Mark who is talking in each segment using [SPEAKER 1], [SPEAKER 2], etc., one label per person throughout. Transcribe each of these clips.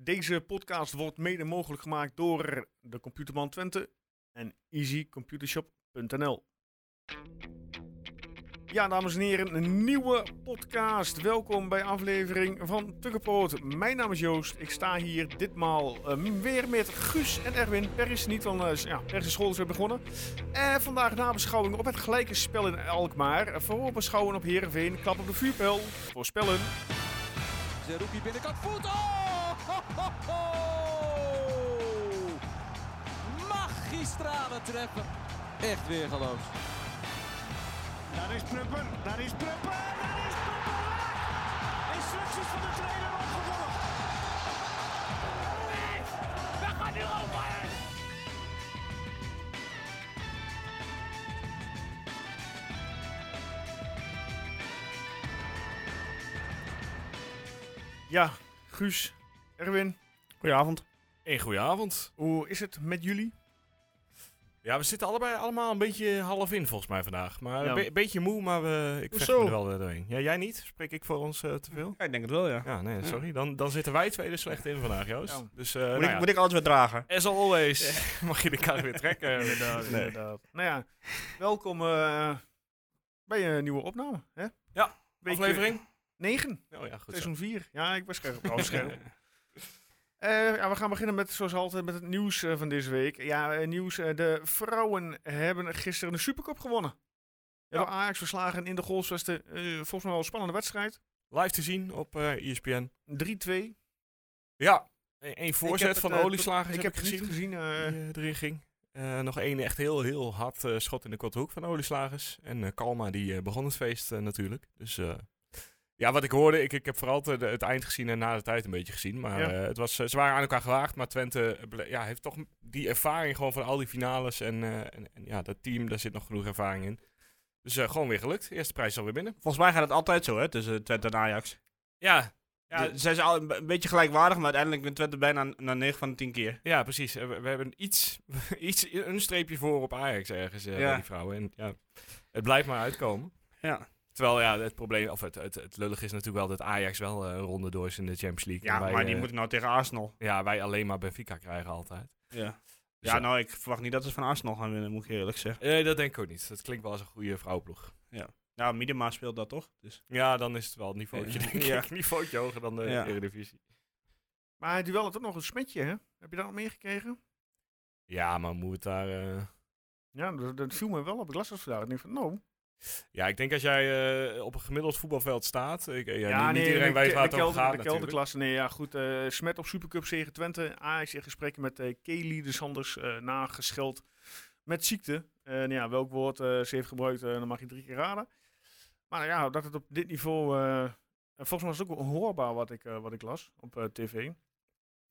[SPEAKER 1] Deze podcast wordt mede mogelijk gemaakt door de Computerman Twente en easycomputershop.nl. Ja, dames en heren, een nieuwe podcast. Welkom bij aflevering van Tukkenpoot. Mijn naam is Joost. Ik sta hier ditmaal eh, weer met Guus en Erwin. Per is niet van, eh, ja, per is de school is weer begonnen. En vandaag nabeschouwing op het gelijke spel in Alkmaar. Voorbeschouwen op Heerenveen. Klap op de vuurpijl. Voorspellen.
[SPEAKER 2] Zerouki binnenkant voet. Oh! Ho, ho, ho! Magistrale treppen. Echt weer geloof.
[SPEAKER 3] Daar is Prupper, daar is Prupper, daar is Prupper! Instructies van de trainer opgevolgd.
[SPEAKER 1] Ja, Guus, Erwin,
[SPEAKER 4] Goedenavond.
[SPEAKER 5] Een goede avond.
[SPEAKER 1] hoe is het met jullie?
[SPEAKER 5] Ja, we zitten allebei allemaal een beetje half in volgens mij vandaag. Maar
[SPEAKER 1] Ja.
[SPEAKER 5] een be- beetje moe, maar we, ik vecht
[SPEAKER 4] Hoezo?
[SPEAKER 5] me er wel weer doorheen. Ja, jij niet? Spreek ik voor ons eh, te veel?
[SPEAKER 4] Ja, ik denk het wel, ja.
[SPEAKER 5] Ja, nee, sorry. Dan, dan zitten wij twee er slecht in vandaag, Joost.
[SPEAKER 1] Ja.
[SPEAKER 5] Dus, eh,
[SPEAKER 4] moet,
[SPEAKER 5] nou
[SPEAKER 4] ik,
[SPEAKER 5] ja.
[SPEAKER 4] moet ik alles weer dragen?
[SPEAKER 5] As always mag je de kar weer trekken.
[SPEAKER 4] Nee.
[SPEAKER 1] Nou ja, welkom eh, bij een nieuwe opname. Hè?
[SPEAKER 5] Ja,
[SPEAKER 1] Week
[SPEAKER 5] Aflevering?
[SPEAKER 1] 9,
[SPEAKER 5] Oh ja, goed zo.
[SPEAKER 1] seizoen 4. Ja, ik ben scherp. Oh, scherp. Eh, ja, we gaan beginnen met, zoals altijd, met het nieuws eh, van deze week. Ja, eh, nieuws. eh, de vrouwen hebben gisteren de Supercup gewonnen. Hebben Ajax verslagen in de Goalsvesten. Eh, volgens mij wel een spannende wedstrijd.
[SPEAKER 5] Live te zien op eh ESPN.
[SPEAKER 1] 3-2.
[SPEAKER 5] Ja, een, een
[SPEAKER 1] Ik heb
[SPEAKER 5] voorzet
[SPEAKER 1] het,
[SPEAKER 5] van
[SPEAKER 1] eh, tot-
[SPEAKER 5] Olieslagers
[SPEAKER 1] Ik heb het
[SPEAKER 5] gezien.
[SPEAKER 1] niet gezien. eh,
[SPEAKER 5] die, eh, erin ging. Eh, nog één echt heel, heel hard eh, schot in de korte hoek van de Olieslagers. En eh, Kalma die eh, begon het feest eh, natuurlijk. Dus eh, ja, wat ik hoorde, ik, ik heb vooral te- de- het eind gezien en na de tijd een beetje gezien. Maar
[SPEAKER 1] Ja.
[SPEAKER 5] eh, het was, eh, ze waren aan elkaar gewaagd. Maar Twente eh, ble- ja, heeft toch die ervaring gewoon van al die finales. En, eh, en, en ja, dat team, daar zit nog genoeg ervaring in. Dus eh, gewoon weer gelukt. Eerste prijs alweer binnen.
[SPEAKER 4] Volgens mij gaat het altijd zo, hè, tussen Twente en Ajax.
[SPEAKER 5] Ja, ja,
[SPEAKER 4] Ja, zijn ze al een, een beetje gelijkwaardig, maar uiteindelijk wint Twente bijna na- na 9 van de 10 keer.
[SPEAKER 5] ja precies. Eh, we, we hebben iets, iets, een streepje voor op Ajax ergens, eh,
[SPEAKER 4] Ja.
[SPEAKER 5] bij die vrouwen. En ja, het blijft maar uitkomen.
[SPEAKER 4] Ja.
[SPEAKER 5] Terwijl ja, het probleem, of het, het, het lullig is natuurlijk wel dat Ajax wel eh, een ronde door is in de Champions League.
[SPEAKER 4] Ja,
[SPEAKER 5] En wij,
[SPEAKER 4] maar die
[SPEAKER 5] eh,
[SPEAKER 4] moeten nou tegen Arsenal.
[SPEAKER 5] ja, wij alleen maar Benfica krijgen altijd.
[SPEAKER 4] Ja.
[SPEAKER 5] Dus
[SPEAKER 4] ja, nou, ik verwacht niet dat ze van Arsenal gaan winnen, moet ik je eerlijk zeggen.
[SPEAKER 5] eh, dat denk ik ook niet. Dat klinkt wel als een goede vrouwploeg.
[SPEAKER 4] Nou, Miedema speelt dat toch? Dus.
[SPEAKER 5] Ja, dan is het wel een niveautje,
[SPEAKER 4] Ja.
[SPEAKER 5] denk
[SPEAKER 4] Ja.
[SPEAKER 5] ik. Een niveautje hoger dan de
[SPEAKER 4] Ja.
[SPEAKER 5] Eredivisie.
[SPEAKER 1] Maar het duel had ook nog een smetje, hè? Heb je dat nog meegekregen?
[SPEAKER 5] Ja, maar moet het daar... eh,
[SPEAKER 1] Ja, dat, dat viel me wel op. Ik las dat vandaag. Ik denk van, nou...
[SPEAKER 5] Ja, ik denk als jij eh, op een gemiddeld voetbalveld staat... Ik, ja, niet, niet
[SPEAKER 1] nee,
[SPEAKER 5] iedereen
[SPEAKER 1] de-
[SPEAKER 5] weet waar
[SPEAKER 1] de
[SPEAKER 5] het over
[SPEAKER 1] kelder-
[SPEAKER 5] gaat
[SPEAKER 1] De
[SPEAKER 5] natuurlijk.
[SPEAKER 1] kelderklasse, nee, ja, goed. eh, Smet op Supercup tegen Twente. Ajax in gesprek met eh Kelly de Sanders eh nagescheld met ziekte. Eh, nou ja, welk woord eh, ze heeft gebruikt, eh, dan mag je drie keer raden. Maar ja, dat het op dit niveau... eh, en volgens mij was het ook hoorbaar wat ik, eh, wat ik las op eh, tv.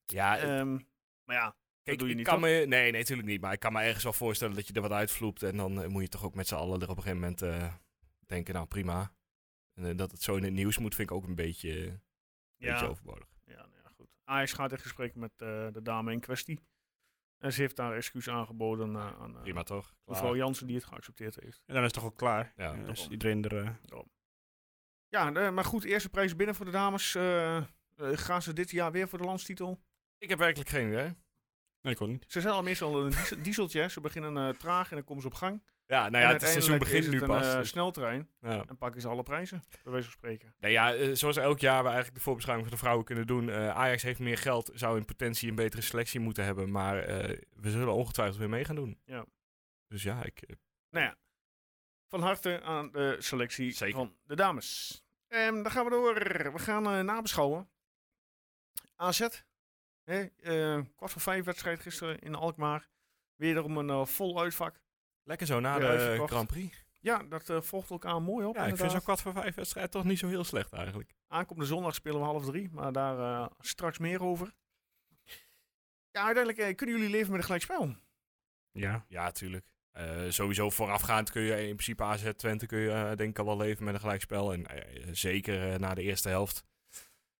[SPEAKER 5] Ja,
[SPEAKER 1] Ehm, maar ja,
[SPEAKER 5] Kijk,
[SPEAKER 1] doe je
[SPEAKER 5] ik
[SPEAKER 1] niet,
[SPEAKER 5] kan
[SPEAKER 1] toch?
[SPEAKER 5] me, nee, nee, natuurlijk niet. Maar ik kan me ergens wel voorstellen dat je er wat uitvloept. En dan eh, moet je toch ook met z'n allen er op een gegeven moment eh, denken, nou prima. En, eh, dat het zo in het nieuws moet, vind ik ook een beetje, eh, een beetje
[SPEAKER 1] ja,
[SPEAKER 5] overbodig.
[SPEAKER 1] Ja, nou ja, goed. Ajax gaat in gesprek met eh, de dame in kwestie. En ze heeft daar excuus aangeboden eh, aan eh,
[SPEAKER 5] Prima toch? Klaar.
[SPEAKER 1] mevrouw Jansen die het geaccepteerd heeft.
[SPEAKER 4] En dan is het toch ook klaar.
[SPEAKER 5] Ja,
[SPEAKER 4] Ja,
[SPEAKER 5] toch
[SPEAKER 4] dus iedereen er... eh,
[SPEAKER 1] Ja, eh, maar goed, eerste prijs binnen voor de dames. Eh, eh, gaan ze dit jaar weer voor de landstitel?
[SPEAKER 5] Ik heb werkelijk geen idee.
[SPEAKER 4] Nee, ik ook niet.
[SPEAKER 1] Ze zijn al meestal een diesel- dieseltje. hè. Ze beginnen eh, traag en dan komen ze op gang.
[SPEAKER 5] Ja, nou
[SPEAKER 1] En
[SPEAKER 5] ja, het seizoen
[SPEAKER 1] uiteindelijk
[SPEAKER 5] begint
[SPEAKER 1] is
[SPEAKER 5] nu
[SPEAKER 1] het
[SPEAKER 5] pas.
[SPEAKER 1] Een eh,
[SPEAKER 5] dus-
[SPEAKER 1] sneltrein
[SPEAKER 5] ja.
[SPEAKER 1] en pakken ze alle prijzen, bij wijze van spreken.
[SPEAKER 5] Nou ja, eh, zoals elk jaar we eigenlijk de voorbeschouwing van de vrouwen kunnen doen. eh, Ajax heeft meer geld, zou in potentie een betere selectie moeten hebben. Maar eh, we zullen ongetwijfeld weer mee gaan doen.
[SPEAKER 1] Ja.
[SPEAKER 5] Dus ja, ik,
[SPEAKER 1] Nou ja, van harte aan de selectie
[SPEAKER 5] Zeker.
[SPEAKER 1] van de dames. En dan gaan we door. We gaan eh, nabeschouwen. AZ. Hè, eh, kwart voor vijf wedstrijd gisteren in Alkmaar. Weer om een eh, vol uitvak.
[SPEAKER 5] lekker zo na
[SPEAKER 1] Weer
[SPEAKER 5] de
[SPEAKER 1] uitverkocht.
[SPEAKER 5] Grand Prix.
[SPEAKER 1] Ja, dat eh, volgt elkaar mooi op.
[SPEAKER 5] Ja, ik vind
[SPEAKER 1] inderdaad.
[SPEAKER 5] zo'n kwart voor vijf wedstrijd toch niet zo heel slecht eigenlijk.
[SPEAKER 1] Aankomende zondag spelen we half drie, maar daar eh, straks meer over. Ja, uiteindelijk eh, kunnen jullie leven met een gelijkspel.
[SPEAKER 4] Ja.
[SPEAKER 5] Ja, tuurlijk. Eh, sowieso voorafgaand kun je in principe AZ Twente kun je eh, denk ik al wel leven met een gelijkspel. En eh, zeker eh, na de eerste helft.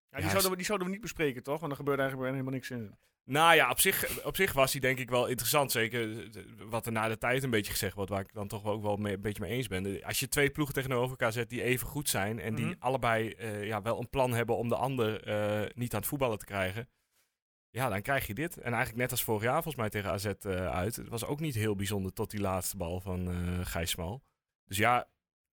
[SPEAKER 1] Ja, die,
[SPEAKER 5] Ja,
[SPEAKER 1] zouden we, die zouden we niet bespreken, toch? Want er gebeurt eigenlijk bijna helemaal niks in.
[SPEAKER 5] Nou ja, op zich, op zich was die denk ik wel interessant. Zeker eh, wat er na de tijd een beetje gezegd wordt, waar ik dan toch ook wel mee- een beetje mee eens ben. Eh, Als je twee ploegen tegenover elkaar zet die even goed zijn en die
[SPEAKER 1] Mhm.
[SPEAKER 5] allebei eh, ja, wel een plan hebben om de ander eh, niet aan het voetballen te krijgen. Ja, dan krijg je dit. En eigenlijk net als vorig jaar volgens mij tegen AZ eh, uit. Het was ook niet heel bijzonder tot die laatste bal van eh Gijsmal. Dus ja,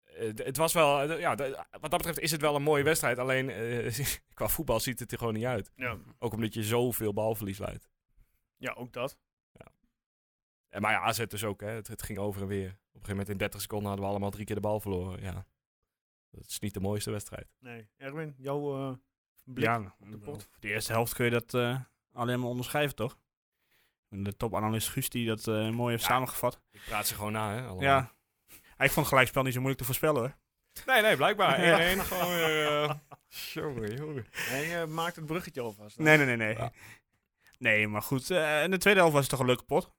[SPEAKER 5] eh, d- het was wel, eh, d- ja, d- wat dat betreft is het wel een mooie wedstrijd. Alleen eh, qua voetbal ziet het er gewoon niet uit.
[SPEAKER 1] Ja,
[SPEAKER 5] Ook omdat je zoveel balverlies leidt.
[SPEAKER 1] ja ook dat.
[SPEAKER 5] En, maar ja, AZ dus ook. Hè. Het, het ging over en weer. Op een gegeven moment in 30 seconden hadden we allemaal drie keer de bal verloren. Ja, dat is niet de mooiste wedstrijd.
[SPEAKER 1] Nee. Erwin, jouw eh, blik.
[SPEAKER 4] Ja,
[SPEAKER 1] de pot.
[SPEAKER 4] de eerste helft kun je dat eh, alleen maar onderschrijven, toch? De topanalist Guus die dat eh, mooi heeft samengevat.
[SPEAKER 5] Ik praat ze gewoon na, hè? allemaal.
[SPEAKER 4] Ja. Hij vond gelijkspel niet zo moeilijk te voorspellen, hoor.
[SPEAKER 5] Nee, nee, blijkbaar. 1-1.
[SPEAKER 4] Ja.
[SPEAKER 5] Gewoon weer... eh, jongen, jongen.
[SPEAKER 1] Hij eh, maakt het bruggetje alvast.
[SPEAKER 4] Nee, nee, nee. Nee,
[SPEAKER 5] Ja.
[SPEAKER 4] nee maar goed. eh, in de tweede helft was het toch een leuke pot.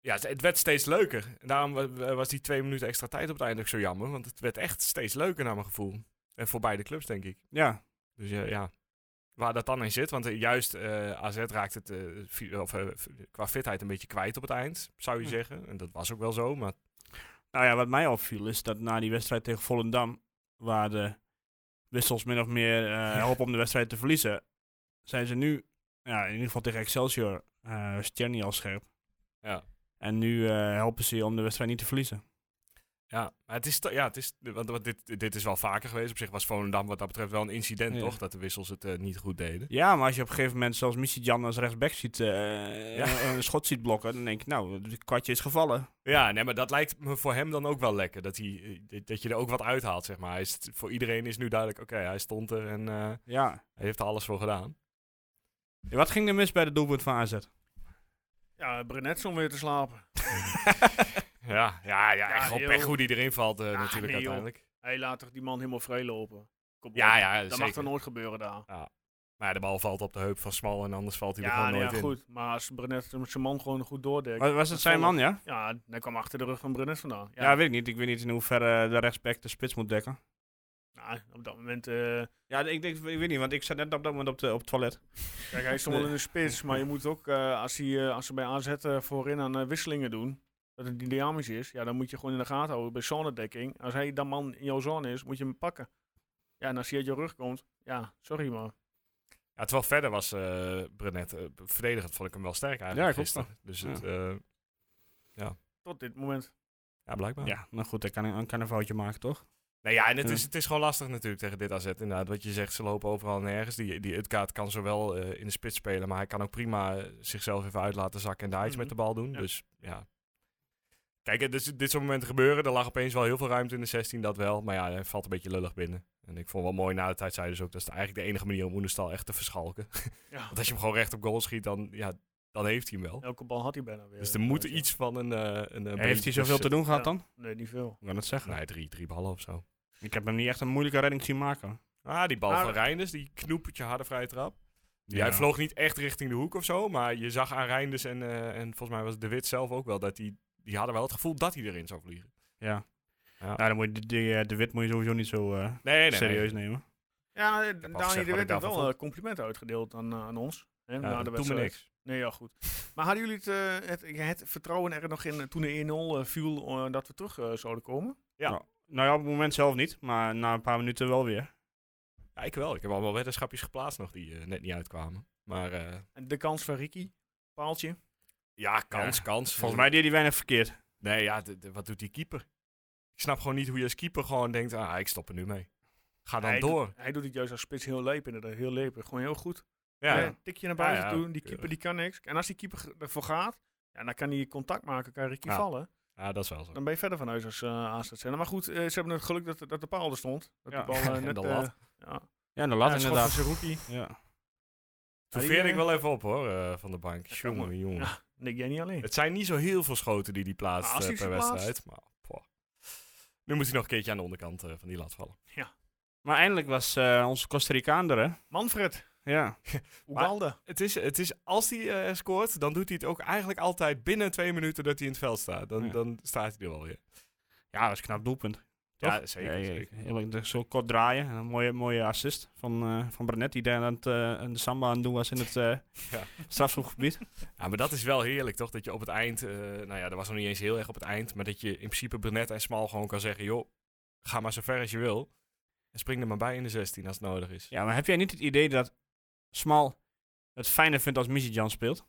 [SPEAKER 5] Ja, het- het werd steeds leuker. En daarom wa- wa- was die twee minuten extra tijd op het einde ook zo jammer. Want het werd echt steeds leuker naar mijn gevoel. En voor beide clubs, denk ik.
[SPEAKER 4] Ja.
[SPEAKER 5] Dus ja, ja. waar dat dan in zit. Want eh, juist eh, AZ raakt het eh, fi- of, eh, f- qua fitheid een beetje kwijt op het eind, zou je
[SPEAKER 4] Ja.
[SPEAKER 5] zeggen. En dat was ook wel zo, maar
[SPEAKER 4] Nou ja, wat mij opviel is dat na die wedstrijd tegen Volendam, waar de wissels min of meer eh helpen om de wedstrijd te verliezen, zijn ze nu, ja, in ieder geval tegen Excelsior, eh Sterni al scherp.
[SPEAKER 5] Ja.
[SPEAKER 4] En nu eh, helpen ze je om de wedstrijd niet te verliezen.
[SPEAKER 5] Ja, maar het is, to- ja, het is want, want dit, dit is wel vaker geweest. Op zich was Volendam wat dat betreft wel een incident,
[SPEAKER 4] Ja.
[SPEAKER 5] toch? Dat de wissels het eh, niet goed deden.
[SPEAKER 4] Ja, maar als je op een gegeven moment zelfs Missy Jan als rechtsback ziet, eh,
[SPEAKER 5] Ja.
[SPEAKER 4] een- een schot ziet blokken, dan denk ik, nou, het kwartje is gevallen.
[SPEAKER 5] Ja, nee, maar dat lijkt me voor hem dan ook wel lekker. Dat, hij, eh, dat- dat je er ook wat uithaalt, zeg maar. Hij is, voor iedereen is nu duidelijk, oké, hij stond er en eh,
[SPEAKER 4] Ja.
[SPEAKER 5] hij heeft er alles voor gedaan.
[SPEAKER 4] Ja, Wat ging er mis bij de doelpunt van AZ?
[SPEAKER 1] Ja, Brenet om weer te slapen.
[SPEAKER 5] Ja, ja, ja, en gewoon
[SPEAKER 1] joh.
[SPEAKER 5] pech hoe die erin valt
[SPEAKER 1] Ja,
[SPEAKER 5] eh, natuurlijk
[SPEAKER 1] nee, joh.
[SPEAKER 5] uiteindelijk.
[SPEAKER 1] Hij laat toch die man helemaal vrij lopen. Kom op.
[SPEAKER 5] Ja, ja,
[SPEAKER 1] dat
[SPEAKER 5] zeker.
[SPEAKER 1] mag toch nooit gebeuren daar.
[SPEAKER 5] Maar ja, de bal valt op de heup van Smal en anders valt hij er
[SPEAKER 1] Ja,
[SPEAKER 5] gewoon
[SPEAKER 1] nee, ja,
[SPEAKER 5] nooit in.
[SPEAKER 1] goed. Maar als Brenet zijn man gewoon goed doordekt.
[SPEAKER 4] Was, was het zijn man, ja?
[SPEAKER 1] Ja, hij kwam achter de rug van Brenet vandaan.
[SPEAKER 4] ja?
[SPEAKER 1] Ja,
[SPEAKER 4] weet ik niet. Ik weet niet in hoeverre de rechtsback de spits moet dekken.
[SPEAKER 1] nou, op dat moment... eh,
[SPEAKER 4] Ja, ik, denk, ik weet niet, want ik zat net op dat moment op, de, op het toilet.
[SPEAKER 1] Kijk, hij stond wel in de spits, maar je moet ook, eh, als, hij, eh, als ze bij AZ eh, voorin aan eh, wisselingen doen, dat het dynamisch is, ja, dan moet je gewoon in de gaten houden bij zonedekking. Als hij dat man in jouw zone is, moet je hem pakken. Ja, en als hij uit je rug komt, ja, sorry maar.
[SPEAKER 5] Ja, terwijl verder was eh Brenet, eh, verdedigend vond ik hem wel sterk
[SPEAKER 4] Ja,
[SPEAKER 5] eigenlijk
[SPEAKER 4] klopt
[SPEAKER 5] gisteren. Dus
[SPEAKER 4] Ja.
[SPEAKER 5] het, eh,
[SPEAKER 1] Tot dit moment.
[SPEAKER 5] ja, blijkbaar.
[SPEAKER 4] Ja, nou goed, hij kan, een- kan een foutje maken, toch?
[SPEAKER 5] Nou ja, en het,
[SPEAKER 4] Ja.
[SPEAKER 5] is, het is gewoon lastig natuurlijk tegen dit AZ. Inderdaad, wat je zegt, ze lopen overal nergens. Die, die Utkaart kan zowel eh, in de spits spelen, maar hij kan ook prima eh, zichzelf even uit laten zakken en daar iets
[SPEAKER 1] Mhm.
[SPEAKER 5] met de bal doen.
[SPEAKER 1] Ja.
[SPEAKER 5] Dus ja. Kijk, het is- dit soort momenten gebeuren. Er lag opeens wel heel veel ruimte in de 16, dat wel. Maar ja, hij valt een beetje lullig binnen. En ik vond wel mooi na de tijd, zei dus ook, dat is eigenlijk de enige manier om Oenestal echt te verschalken.
[SPEAKER 1] Ja,
[SPEAKER 5] Want als je hem gewoon recht op goal schiet, dan, ja, dan heeft hij hem wel.
[SPEAKER 1] elke bal had hij bijna weer.
[SPEAKER 5] Dus er moet iets van een... eh, een eh,
[SPEAKER 4] Heeft hij
[SPEAKER 5] breed
[SPEAKER 4] zoveel te
[SPEAKER 5] tussen-
[SPEAKER 4] doen gehad
[SPEAKER 1] ja.
[SPEAKER 4] dan?
[SPEAKER 1] Nee, niet veel.
[SPEAKER 4] Ik kan het zeggen.
[SPEAKER 5] Nee, drie, drie ballen of zo.
[SPEAKER 4] Ik heb hem niet echt een moeilijke redding zien maken.
[SPEAKER 5] Ah, die bal
[SPEAKER 1] Maar-
[SPEAKER 5] van Reinders, die knoepertje harde vrije trap. Ja. Hij vloog niet echt richting de hoek of zo, maar je zag aan Reinders en, eh, en volgens mij was De Wit zelf ook wel dat die, die hadden wel het gevoel dat hij erin zou vliegen.
[SPEAKER 4] Ja.
[SPEAKER 5] Ja.
[SPEAKER 4] Nou, dan moet je die, die, eh, de wit moet je sowieso niet zo eh,
[SPEAKER 5] Nee, nee. nee.
[SPEAKER 4] serieus nemen.
[SPEAKER 1] Ja, eh,
[SPEAKER 5] al
[SPEAKER 1] Dani de
[SPEAKER 5] gezegd wat
[SPEAKER 1] Wit
[SPEAKER 5] ik
[SPEAKER 1] heeft
[SPEAKER 5] daarvan
[SPEAKER 1] wel
[SPEAKER 5] vond.
[SPEAKER 1] eh, complimenten uitgedeeld aan, eh, aan ons. Hè,
[SPEAKER 5] Ja,
[SPEAKER 1] na de
[SPEAKER 5] dat doet me
[SPEAKER 1] wedstrijd.
[SPEAKER 5] niks.
[SPEAKER 1] Nee, ja, goed. Maar hadden jullie het, eh, het, het vertrouwen er nog in eh, toen de 1-0 eh, viel eh, dat we terug eh, zouden komen?
[SPEAKER 4] Nou ja, op het moment zelf niet, maar na een paar minuten wel weer.
[SPEAKER 5] Ja, ik wel. Ik heb allemaal weddenschapjes geplaatst nog die eh, net niet uitkwamen. Maar eh,
[SPEAKER 1] En De kans van Ricky, paaltje.
[SPEAKER 5] ja, kans,
[SPEAKER 4] Ja.
[SPEAKER 5] kans.
[SPEAKER 4] Volgens mij deed hij weinig verkeerd.
[SPEAKER 5] Nee, ja, de- de- wat doet die keeper? Ik snap gewoon niet hoe je als keeper gewoon denkt, ah, ik stop er nu mee. Ga dan
[SPEAKER 1] hij
[SPEAKER 5] door.
[SPEAKER 1] Doet, hij doet het juist als spits heel leep inderdaad, heel leep. Gewoon heel goed.
[SPEAKER 5] ja.
[SPEAKER 1] Hè, tikje naar buiten
[SPEAKER 5] Ja, ja,
[SPEAKER 1] toe, die
[SPEAKER 5] keurig.
[SPEAKER 1] keeper die kan niks. En als die keeper ge- ervoor gaat, ja, dan kan hij contact maken, kan Ricky
[SPEAKER 5] Ja.
[SPEAKER 1] vallen.
[SPEAKER 5] ja, dat is wel zo.
[SPEAKER 1] Dan ben je verder van huis als eh aanstaat zijn. Maar goed, eh, ze hebben het geluk dat, dat de paal er stond. Dat
[SPEAKER 4] Ja.
[SPEAKER 1] die bal eh,
[SPEAKER 5] En
[SPEAKER 1] net...
[SPEAKER 5] de
[SPEAKER 1] eh,
[SPEAKER 5] lat.
[SPEAKER 1] ja.
[SPEAKER 4] Ja, de lat
[SPEAKER 1] Ja, schot van
[SPEAKER 4] inderdaad.
[SPEAKER 1] Zerouki.
[SPEAKER 4] Ja.
[SPEAKER 5] Toen
[SPEAKER 1] Ja, die,
[SPEAKER 5] veerde ik
[SPEAKER 1] eh,
[SPEAKER 5] wel even op hoor, eh, van de bank.
[SPEAKER 1] kan me.
[SPEAKER 5] Jongen, jongen.
[SPEAKER 1] Ja. Nick jij niet alleen.
[SPEAKER 5] Het zijn niet zo heel veel schoten die hij plaatst
[SPEAKER 1] Maar als
[SPEAKER 5] eh,
[SPEAKER 1] hij
[SPEAKER 5] per
[SPEAKER 1] ze plaatst-
[SPEAKER 5] wedstrijd. Maar, poh. Nu moet hij nog een keertje aan de onderkant eh, van die lat vallen.
[SPEAKER 4] Maar eindelijk was eh, onze Costa Ricaan er, hè?
[SPEAKER 1] Manfred,
[SPEAKER 4] Ja.
[SPEAKER 1] Ugalde.
[SPEAKER 5] Het is, het is als hij eh, scoort, dan doet hij het ook eigenlijk altijd binnen twee minuten dat hij in het veld staat. Dan,
[SPEAKER 4] Ja.
[SPEAKER 5] dan staat hij er wel weer.
[SPEAKER 4] Ja, dat was een knap doelpunt. Toch?
[SPEAKER 5] Ja, zeker.
[SPEAKER 4] Ja, ja,
[SPEAKER 5] zeker.
[SPEAKER 4] heel- dus Zo kort draaien. En Een mooie, mooie assist van, eh van Brenet, die daar aan het, eh, aan de samba aan het doen was in het eh strafschopgebied.
[SPEAKER 5] Ja, maar dat is wel heerlijk, toch? Dat je op het eind, eh, nou ja, dat was nog niet eens heel erg op het eind, maar dat je in principe Brenet en Smal gewoon kan zeggen, joh, ga maar zo ver als je wil. En spring er maar bij in de 16 als het nodig is.
[SPEAKER 4] Ja, maar heb jij niet het idee dat Smal het fijner vindt als Jan speelt.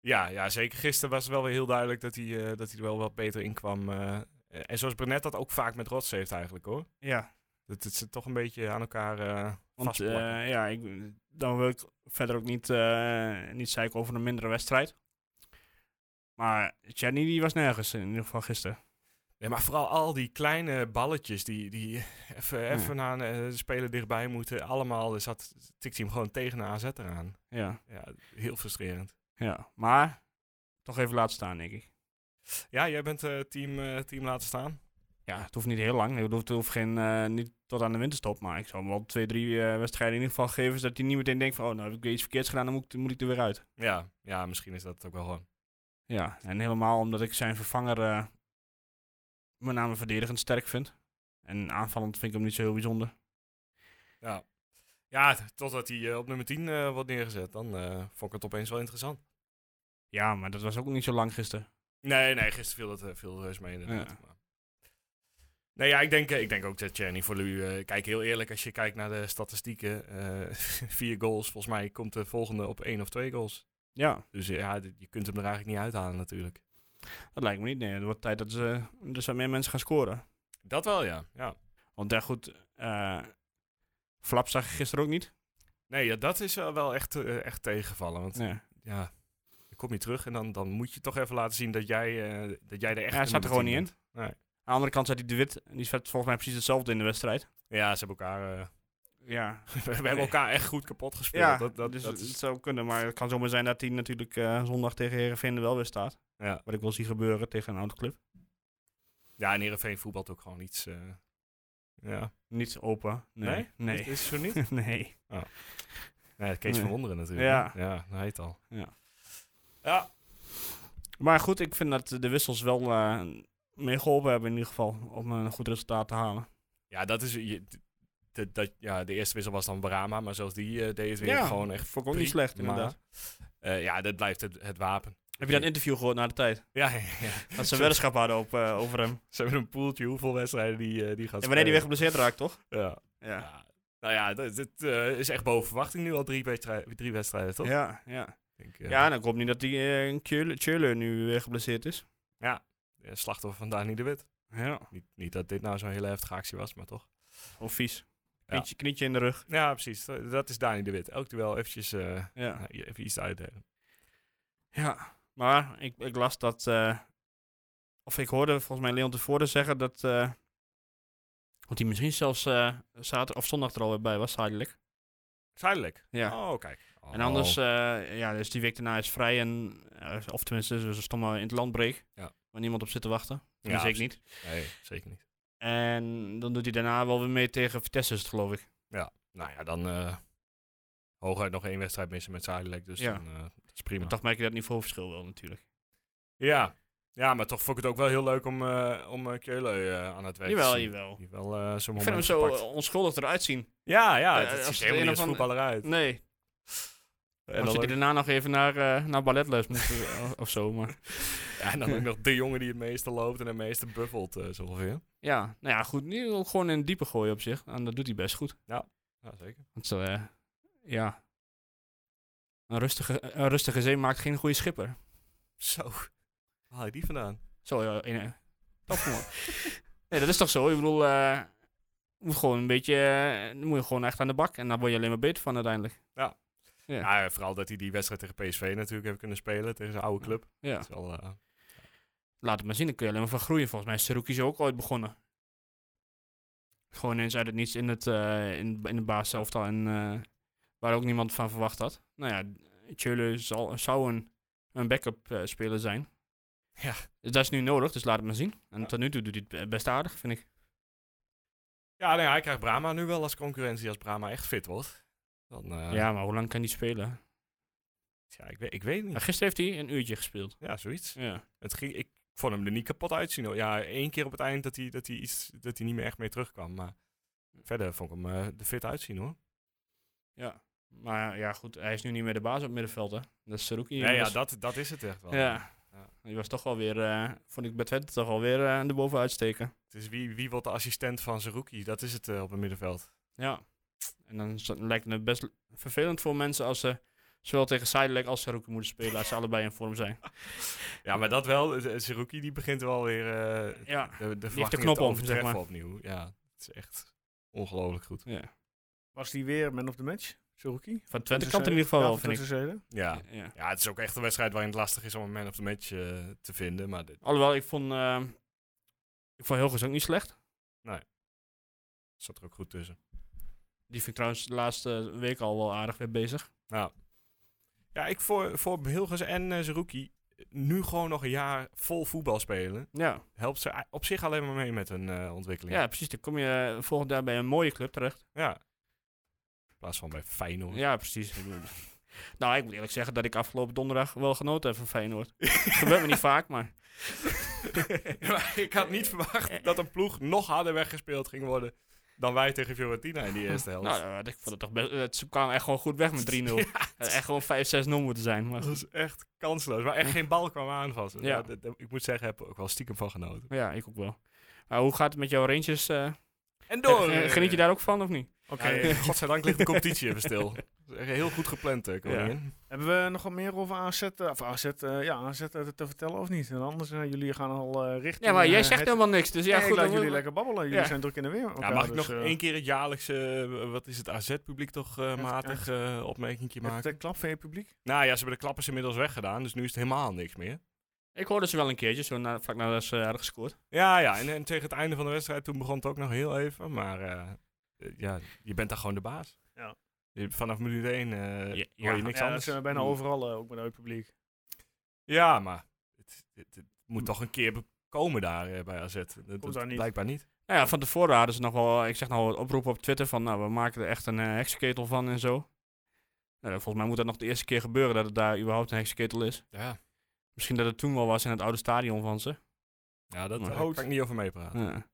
[SPEAKER 5] Ja, ja, zeker. Gisteren was het wel weer heel duidelijk dat hij, eh, dat hij er wel wat beter in kwam. eh. en zoals Brenet dat ook vaak met Rots heeft eigenlijk hoor.
[SPEAKER 4] Ja,
[SPEAKER 5] Dat het ze toch een beetje aan elkaar eh
[SPEAKER 4] want
[SPEAKER 5] vastplakken.
[SPEAKER 4] eh, ja, ik, dan wil ik verder ook niet, eh, niet zeiken over een mindere wedstrijd. Maar Tjerni die was nergens, in ieder geval gisteren.
[SPEAKER 5] Ja, maar vooral al die kleine balletjes die, die even, even naar een, eh, de speler dichtbij moeten. Allemaal eh, zat, tikt hij hem gewoon tegen de AZ eraan.
[SPEAKER 4] Ja,
[SPEAKER 5] Ja, heel frustrerend.
[SPEAKER 4] ja. maar toch even laten staan, denk ik.
[SPEAKER 5] Ja, jij bent eh, team, eh, team laten staan.
[SPEAKER 4] Ja, het hoeft niet heel lang. Het hoeft, het hoeft geen, eh, niet tot aan de winterstop. Maar ik zou hem wel twee, drie eh, wedstrijden in ieder geval geven. Zodat hij niet meteen denkt van, oh, nou heb ik weer iets verkeerds gedaan, dan moet ik, moet ik er weer uit.
[SPEAKER 5] Ja, ja, misschien is dat ook wel gewoon.
[SPEAKER 4] Ja, en helemaal omdat ik zijn vervanger eh, met name verdedigend sterk vind. En aanvallend vind ik hem niet zo heel bijzonder.
[SPEAKER 5] Ja, ja t- totdat hij eh, op nummer 10 eh, wordt neergezet. Dan eh, vond ik het opeens wel interessant.
[SPEAKER 4] Ja, maar dat was ook niet zo lang gisteren.
[SPEAKER 5] Nee, nee, gisteren viel dat eh, viel reus mee inderdaad.
[SPEAKER 4] Ja.
[SPEAKER 5] Maar- Nee, ja, ik denk, eh, ik denk ook dat Jenny voor u... eh, kijk, heel eerlijk, als je kijkt naar de statistieken. eh, vier goals, volgens mij komt de volgende op één of twee goals.
[SPEAKER 4] Ja,
[SPEAKER 5] Dus eh, ja, dit- je kunt hem er eigenlijk niet uithalen natuurlijk.
[SPEAKER 4] dat lijkt me niet. Nee, het wordt tijd dat ze, dus wat meer mensen gaan scoren.
[SPEAKER 5] Dat wel, ja. ja.
[SPEAKER 4] Want daar goed, eh Flap zag ik gisteren ook niet.
[SPEAKER 5] Nee, ja, dat is eh, wel echt, eh, echt tegengevallen. Want
[SPEAKER 4] Nee.
[SPEAKER 5] ja, je komt niet terug en dan, dan moet je toch even laten zien dat jij, eh, dat jij de echte
[SPEAKER 4] Ja, hij staat er
[SPEAKER 5] nummer
[SPEAKER 4] gewoon niet
[SPEAKER 5] 10
[SPEAKER 4] in.
[SPEAKER 5] Nee.
[SPEAKER 4] Aan de andere kant zat hij de wit. en Die zat volgens mij precies hetzelfde in de wedstrijd.
[SPEAKER 5] bent. Ja, ze hebben elkaar, eh,
[SPEAKER 4] Ja,
[SPEAKER 5] we hebben elkaar echt goed kapot gespeeld.
[SPEAKER 4] ja
[SPEAKER 5] dat, dat,
[SPEAKER 4] dus
[SPEAKER 5] dat
[SPEAKER 4] het
[SPEAKER 5] is,
[SPEAKER 4] zou kunnen. Maar het kan zomaar zijn dat hij natuurlijk eh, zondag tegen Herenveen wel weer staat.
[SPEAKER 5] ja.
[SPEAKER 4] Wat ik wil zien gebeuren tegen een oude club.
[SPEAKER 5] ja, en Heerenveen voetbalt ook gewoon iets. eh, ja.
[SPEAKER 4] Niet open. Nee.
[SPEAKER 5] Is, is het zo niet?
[SPEAKER 4] Nee. nee.
[SPEAKER 5] Nee, Kees
[SPEAKER 4] Nee.
[SPEAKER 5] van Wonderen natuurlijk.
[SPEAKER 4] Ja.
[SPEAKER 5] hè? ja hij heet al.
[SPEAKER 4] Ja.
[SPEAKER 5] Ja,
[SPEAKER 4] Maar goed, ik vind dat de wissels wel eh, mee geholpen hebben in ieder geval. Om een goed resultaat te halen.
[SPEAKER 5] ja, dat is... Je, d- d- dat, ja, de eerste wissel was dan Brama, maar zelfs die eh, deed het weer gewoon echt...
[SPEAKER 4] Vond ik ook niet slecht
[SPEAKER 5] prima.
[SPEAKER 4] inderdaad.
[SPEAKER 5] Eh, ja, dat blijft het, het wapen.
[SPEAKER 4] Heb je dat interview gehoord na de tijd?
[SPEAKER 5] Ja, ja, ja.
[SPEAKER 4] Dat ze een weddenschap hadden op, eh, over hem.
[SPEAKER 5] Ze hebben een poeltje hoeveel wedstrijden die, eh, die gaat
[SPEAKER 4] En wanneer hij weer
[SPEAKER 5] spelen.
[SPEAKER 4] geblesseerd raakt, toch?
[SPEAKER 5] Ja. Ja. Nou ja, dit, dit, eh, is echt boven verwachting nu al drie, wedstrij- drie wedstrijden, toch?
[SPEAKER 4] Ja, ja.
[SPEAKER 5] Ik Denk, eh,
[SPEAKER 4] Ja, en dan komt niet dat die eh Churler nu weer geblesseerd is.
[SPEAKER 5] eh, Slachtoffer van Dani de Wit.
[SPEAKER 4] Ja.
[SPEAKER 5] Niet, niet dat dit nou zo'n hele heftige actie was, maar toch.
[SPEAKER 4] Of vies.
[SPEAKER 5] Ja.
[SPEAKER 4] Knietje, knietje in de rug.
[SPEAKER 5] Ja, precies. Dat dat is Dani de Wit. Elk duel eventjes, eh,
[SPEAKER 4] Ja.
[SPEAKER 5] nou, even iets uitdelen.
[SPEAKER 4] ja. Maar ik, ik las dat... eh, of ik hoorde volgens mij Leon tevoren zeggen dat... eh want die misschien zelfs eh, zaterdag of zondag er alweer bij was, tijdelijk.
[SPEAKER 5] Zuidelijk.
[SPEAKER 4] Ja.
[SPEAKER 5] Oh, kijk.
[SPEAKER 4] En anders, eh, ja, dus die week daarna is vrij en... eh, of tenminste, ze stonden in het landbreek.
[SPEAKER 5] Ja.
[SPEAKER 4] Waar niemand op zit te wachten.
[SPEAKER 5] Ja,
[SPEAKER 4] Ja, ik
[SPEAKER 5] precies.
[SPEAKER 4] niet.
[SPEAKER 5] Nee, zeker niet.
[SPEAKER 4] En dan doet hij daarna wel weer mee tegen Vitesse, is het, geloof ik.
[SPEAKER 5] Nou ja, dan eh, hooguit nog één wedstrijd missen met Zuidelijk. Dus
[SPEAKER 4] Ja.
[SPEAKER 5] dan, eh, dat is prima.
[SPEAKER 4] Toch merk je dat niveauverschil wel, natuurlijk.
[SPEAKER 5] Ja. ja, maar toch vond ik het ook wel heel leuk om, eh om eh, Keulen eh, aan het werk te
[SPEAKER 4] Jawel,
[SPEAKER 5] zien.
[SPEAKER 4] jawel.
[SPEAKER 5] Die wel eh, zo'n
[SPEAKER 4] Ik
[SPEAKER 5] moment
[SPEAKER 4] vind hem zo
[SPEAKER 5] gepakt.
[SPEAKER 4] eh, onschuldig eruit zien.
[SPEAKER 5] Ja, ja,
[SPEAKER 4] eh, als
[SPEAKER 5] dat ziet
[SPEAKER 4] het
[SPEAKER 5] er helemaal
[SPEAKER 4] een
[SPEAKER 5] niet als
[SPEAKER 4] of Mm.
[SPEAKER 5] voetballer uit.
[SPEAKER 4] Nee.
[SPEAKER 5] En
[SPEAKER 4] Als
[SPEAKER 5] dan,
[SPEAKER 4] je
[SPEAKER 5] ook,
[SPEAKER 4] daarna nog even naar, eh, naar balletles moet eh, of zo. Maar.
[SPEAKER 5] ja, en dan ook nog de jongen die het meeste loopt en het meeste buffelt, eh, zo ongeveer.
[SPEAKER 4] Ja, nou ja, goed. Nu ook gewoon in het diepe gooien op zich. En dat doet hij best goed.
[SPEAKER 5] Ja, zeker.
[SPEAKER 4] Want eh, ja. Een rustige, een rustige zee maakt geen goede schipper.
[SPEAKER 5] Zo. Waar haal je die vandaan?
[SPEAKER 4] Zo, ja. In, eh, dat gewoon. nee, dat is toch zo? Ik bedoel, eh, je moet gewoon een beetje. eh, dan moet je gewoon echt aan de bak. En daar word je alleen maar beter van uiteindelijk. Ja.
[SPEAKER 5] Nou, Ja. vooral dat hij die wedstrijd tegen PSV natuurlijk heeft kunnen spelen, tegen zijn oude club.
[SPEAKER 4] Ja.
[SPEAKER 5] Dat is wel, eh,
[SPEAKER 4] laat het maar zien, dan kun je alleen maar van groeien. Volgens mij is Seruki zo ook ooit begonnen. Gewoon eens uit het niets in, het, eh in, in de baaselftal en eh, waar ook niemand van verwacht had. Nou ja, Tjöle zal, zou een, een backup eh, speler zijn.
[SPEAKER 5] Ja.
[SPEAKER 4] Dus dat is nu nodig, dus laat het maar zien. En
[SPEAKER 5] Ja.
[SPEAKER 4] tot nu toe doet hij het be- best aardig, vind ik.
[SPEAKER 5] ja, nee, hij krijgt Brahma nu wel als concurrentie. Als Brahma echt fit wordt, dan... eh, ja.
[SPEAKER 4] Ja, maar hoe lang kan hij spelen?
[SPEAKER 5] ik, weet, ik weet
[SPEAKER 4] Nou,
[SPEAKER 5] niet.
[SPEAKER 4] gisteren heeft hij een uurtje gespeeld.
[SPEAKER 5] Ja, zoiets.
[SPEAKER 4] Ja.
[SPEAKER 5] Het ging, ik vond hem er niet kapot uitzien. hoor. Ja, één keer op het eind dat hij, dat hij, iets, dat hij niet meer echt mee terugkwam. Maar verder vond ik hem eh er fit uitzien, hoor.
[SPEAKER 4] ja. Maar ja, goed, hij is nu niet meer de baas op het middenveld, hè. Dat is Seruki.
[SPEAKER 5] ja, ja
[SPEAKER 4] inmiddels.
[SPEAKER 5] dat, dat is het echt wel.
[SPEAKER 4] eh, Ja.
[SPEAKER 5] Ja.
[SPEAKER 4] Die was toch wel weer, eh, vond ik bij Twente toch wel weer eh, erbovenuit steken.
[SPEAKER 5] Het is wie, wie wordt de assistent van Zerouki? Dat is het eh, op het middenveld.
[SPEAKER 4] Ja. En dan is dat- lijkt het me best vervelend voor mensen als ze zowel tegen Sidelec als Saruki moeten spelen als ze allebei in vorm zijn.
[SPEAKER 5] Ja, maar dat wel. eh, eh, Seruki die begint wel weer eh,
[SPEAKER 4] Ja.
[SPEAKER 5] de, de
[SPEAKER 4] knop
[SPEAKER 5] verwachtingen te
[SPEAKER 4] om,
[SPEAKER 5] overtreffen
[SPEAKER 4] zeg maar.
[SPEAKER 5] opnieuw. Ja, het is echt ongelooflijk goed.
[SPEAKER 4] ja.
[SPEAKER 1] Was die weer man of the match? Suruki?
[SPEAKER 4] Van Twente kant in ieder geval wel, vind ik.
[SPEAKER 5] Ja.
[SPEAKER 4] Ja.
[SPEAKER 5] ja, het is ook echt een wedstrijd waarin het lastig is om een man of the match eh, te vinden. Maar dit
[SPEAKER 4] Alhoewel, ik vond, eh ik vond Hilgers ook niet slecht.
[SPEAKER 5] zat er ook goed tussen.
[SPEAKER 4] Die vind ik trouwens de laatste week al wel aardig weer bezig.
[SPEAKER 5] Ja, ik voor, voor Hilgers en eh Zerouki nu gewoon nog een jaar vol voetbal spelen,
[SPEAKER 4] Ja,
[SPEAKER 5] helpt ze ei- op zich alleen maar mee met hun eh, ontwikkeling.
[SPEAKER 4] ja precies. Dan kom je eh, volgend jaar bij een mooie club terecht.
[SPEAKER 5] Ja. In plaats van bij Feyenoord.
[SPEAKER 4] Ja, precies. Ik bedoel- nou, ik moet eerlijk zeggen dat ik afgelopen donderdag wel genoten heb van Feyenoord. gebeurt me niet vaak, maar... Eh,
[SPEAKER 5] Maar ik had niet verwacht dat een ploeg nog harder weggespeeld ging worden dan wij tegen Fiorentina in die eerste helft.
[SPEAKER 4] Nou, eh, ik vond het toch best... eh, Ze kwamen echt gewoon goed weg met 3-0. Het had echt gewoon 5-6-0 moeten zijn. Maar
[SPEAKER 5] dat was echt kansloos. Maar echt geen bal kwam aan vast.
[SPEAKER 4] Ja.
[SPEAKER 5] Dat- dat- ik moet zeggen, heb ik ook wel stiekem van genoten.
[SPEAKER 4] ja, ik ook wel. Maar hoe gaat het met jouw Rangers? eh?
[SPEAKER 5] En
[SPEAKER 1] Oh,
[SPEAKER 4] Heb- eh, geniet je daar ook van, of niet?
[SPEAKER 1] Oké.
[SPEAKER 5] Ja, godzijdank ligt de competitie even stil. Dat is echt heel goed gepland, eh, koningin.
[SPEAKER 1] Hebben we nog wat meer over AZ, eh, of AZ, eh, ja, AZ te, te vertellen of niet? En anders, eh, jullie gaan al eh richting...
[SPEAKER 4] Ja, maar jij
[SPEAKER 1] eh,
[SPEAKER 4] zegt
[SPEAKER 1] het-
[SPEAKER 4] helemaal niks. Dus ja,
[SPEAKER 1] Nee,
[SPEAKER 4] goed.
[SPEAKER 1] ik laat
[SPEAKER 4] dan-
[SPEAKER 1] jullie lekker babbelen. Jullie
[SPEAKER 4] Ja.
[SPEAKER 1] zijn druk in de weer. met
[SPEAKER 5] Ja,
[SPEAKER 1] elkaar,
[SPEAKER 5] mag ik
[SPEAKER 1] dus,
[SPEAKER 5] nog
[SPEAKER 1] eh,
[SPEAKER 5] één keer het jaarlijkse, eh, wat is het, AZ-publiek toch eh,
[SPEAKER 1] Ja,
[SPEAKER 5] matig eh
[SPEAKER 1] Heb
[SPEAKER 5] opmerking
[SPEAKER 1] je
[SPEAKER 5] maken?
[SPEAKER 1] een klap van je publiek?
[SPEAKER 5] Nou ja, ze hebben de klappers inmiddels weggedaan, dus nu is het helemaal niks meer.
[SPEAKER 4] Ik hoorde ze wel een keertje, zo na, vlak nadat ze hadden gescoord.
[SPEAKER 5] Ja, ja, en, en tegen het einde van de wedstrijd toen begon het ook nog heel even, maar eh, eh, ja, je bent daar gewoon de baas.
[SPEAKER 1] Ja.
[SPEAKER 5] Je- Vanaf minuut één eh,
[SPEAKER 4] Ja, ja,
[SPEAKER 5] hoor
[SPEAKER 1] Oh, ja,
[SPEAKER 5] je niks
[SPEAKER 1] dat
[SPEAKER 5] anders. Hmm.
[SPEAKER 1] zijn we bijna overal, eh, ook met het publiek.
[SPEAKER 5] Ja, maar het, het- het moet toch een keer be- komen daar eh, bij AZ. Dat, dat
[SPEAKER 1] Hm. daar niet.
[SPEAKER 5] Blijkbaar niet.
[SPEAKER 4] Nou ja, van tevoren hadden ze nog wel, eh, ik zeg nou, wat oproepen op Twitter van, nou, we maken er echt een eh, heksenketel van en zo. Nou, volgens mij moet dat nog de eerste keer gebeuren dat het daar überhaupt een heksenketel is.
[SPEAKER 5] Ja,
[SPEAKER 4] Misschien dat het toen wel was in het oude stadion van ze.
[SPEAKER 5] ja dat
[SPEAKER 4] Maar
[SPEAKER 5] daar
[SPEAKER 4] goed.
[SPEAKER 5] kan ik niet over meepraten.
[SPEAKER 4] Ja.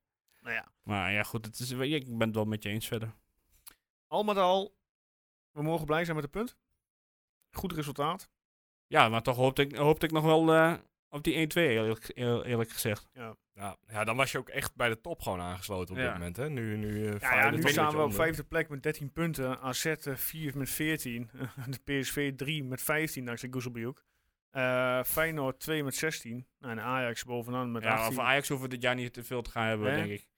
[SPEAKER 1] Nou ja,
[SPEAKER 4] Maar ja, goed, het is, ik ben het wel met je eens verder.
[SPEAKER 1] al met al, we mogen blij zijn met het punt. Goed resultaat.
[SPEAKER 4] Ja, maar toch hoopte ik, hoopte ik nog wel eh, op die 1-2, eerlijk, eer- eerlijk gezegd.
[SPEAKER 5] Ja. ja, dan was je ook echt bij de top gewoon aangesloten op
[SPEAKER 4] Ja.
[SPEAKER 5] dit moment. Hè? Nu, nu, eh,
[SPEAKER 1] Ja,
[SPEAKER 5] vaar je
[SPEAKER 1] ja
[SPEAKER 5] er
[SPEAKER 1] nu
[SPEAKER 5] toch een
[SPEAKER 1] staan
[SPEAKER 5] beetje
[SPEAKER 1] we op
[SPEAKER 5] onder.
[SPEAKER 1] vijfde plek met 13 punten. AZ eh, 4 met 14. De PSV 3 met 15, dankzij Gooselbioek. Eh Feyenoord 2 met 16. Nou, en Ajax bovenaan met
[SPEAKER 4] Ja,
[SPEAKER 1] 18.
[SPEAKER 4] over Ajax hoeven we dit jaar niet te veel te gaan hebben,
[SPEAKER 1] Nee?
[SPEAKER 4] denk ik.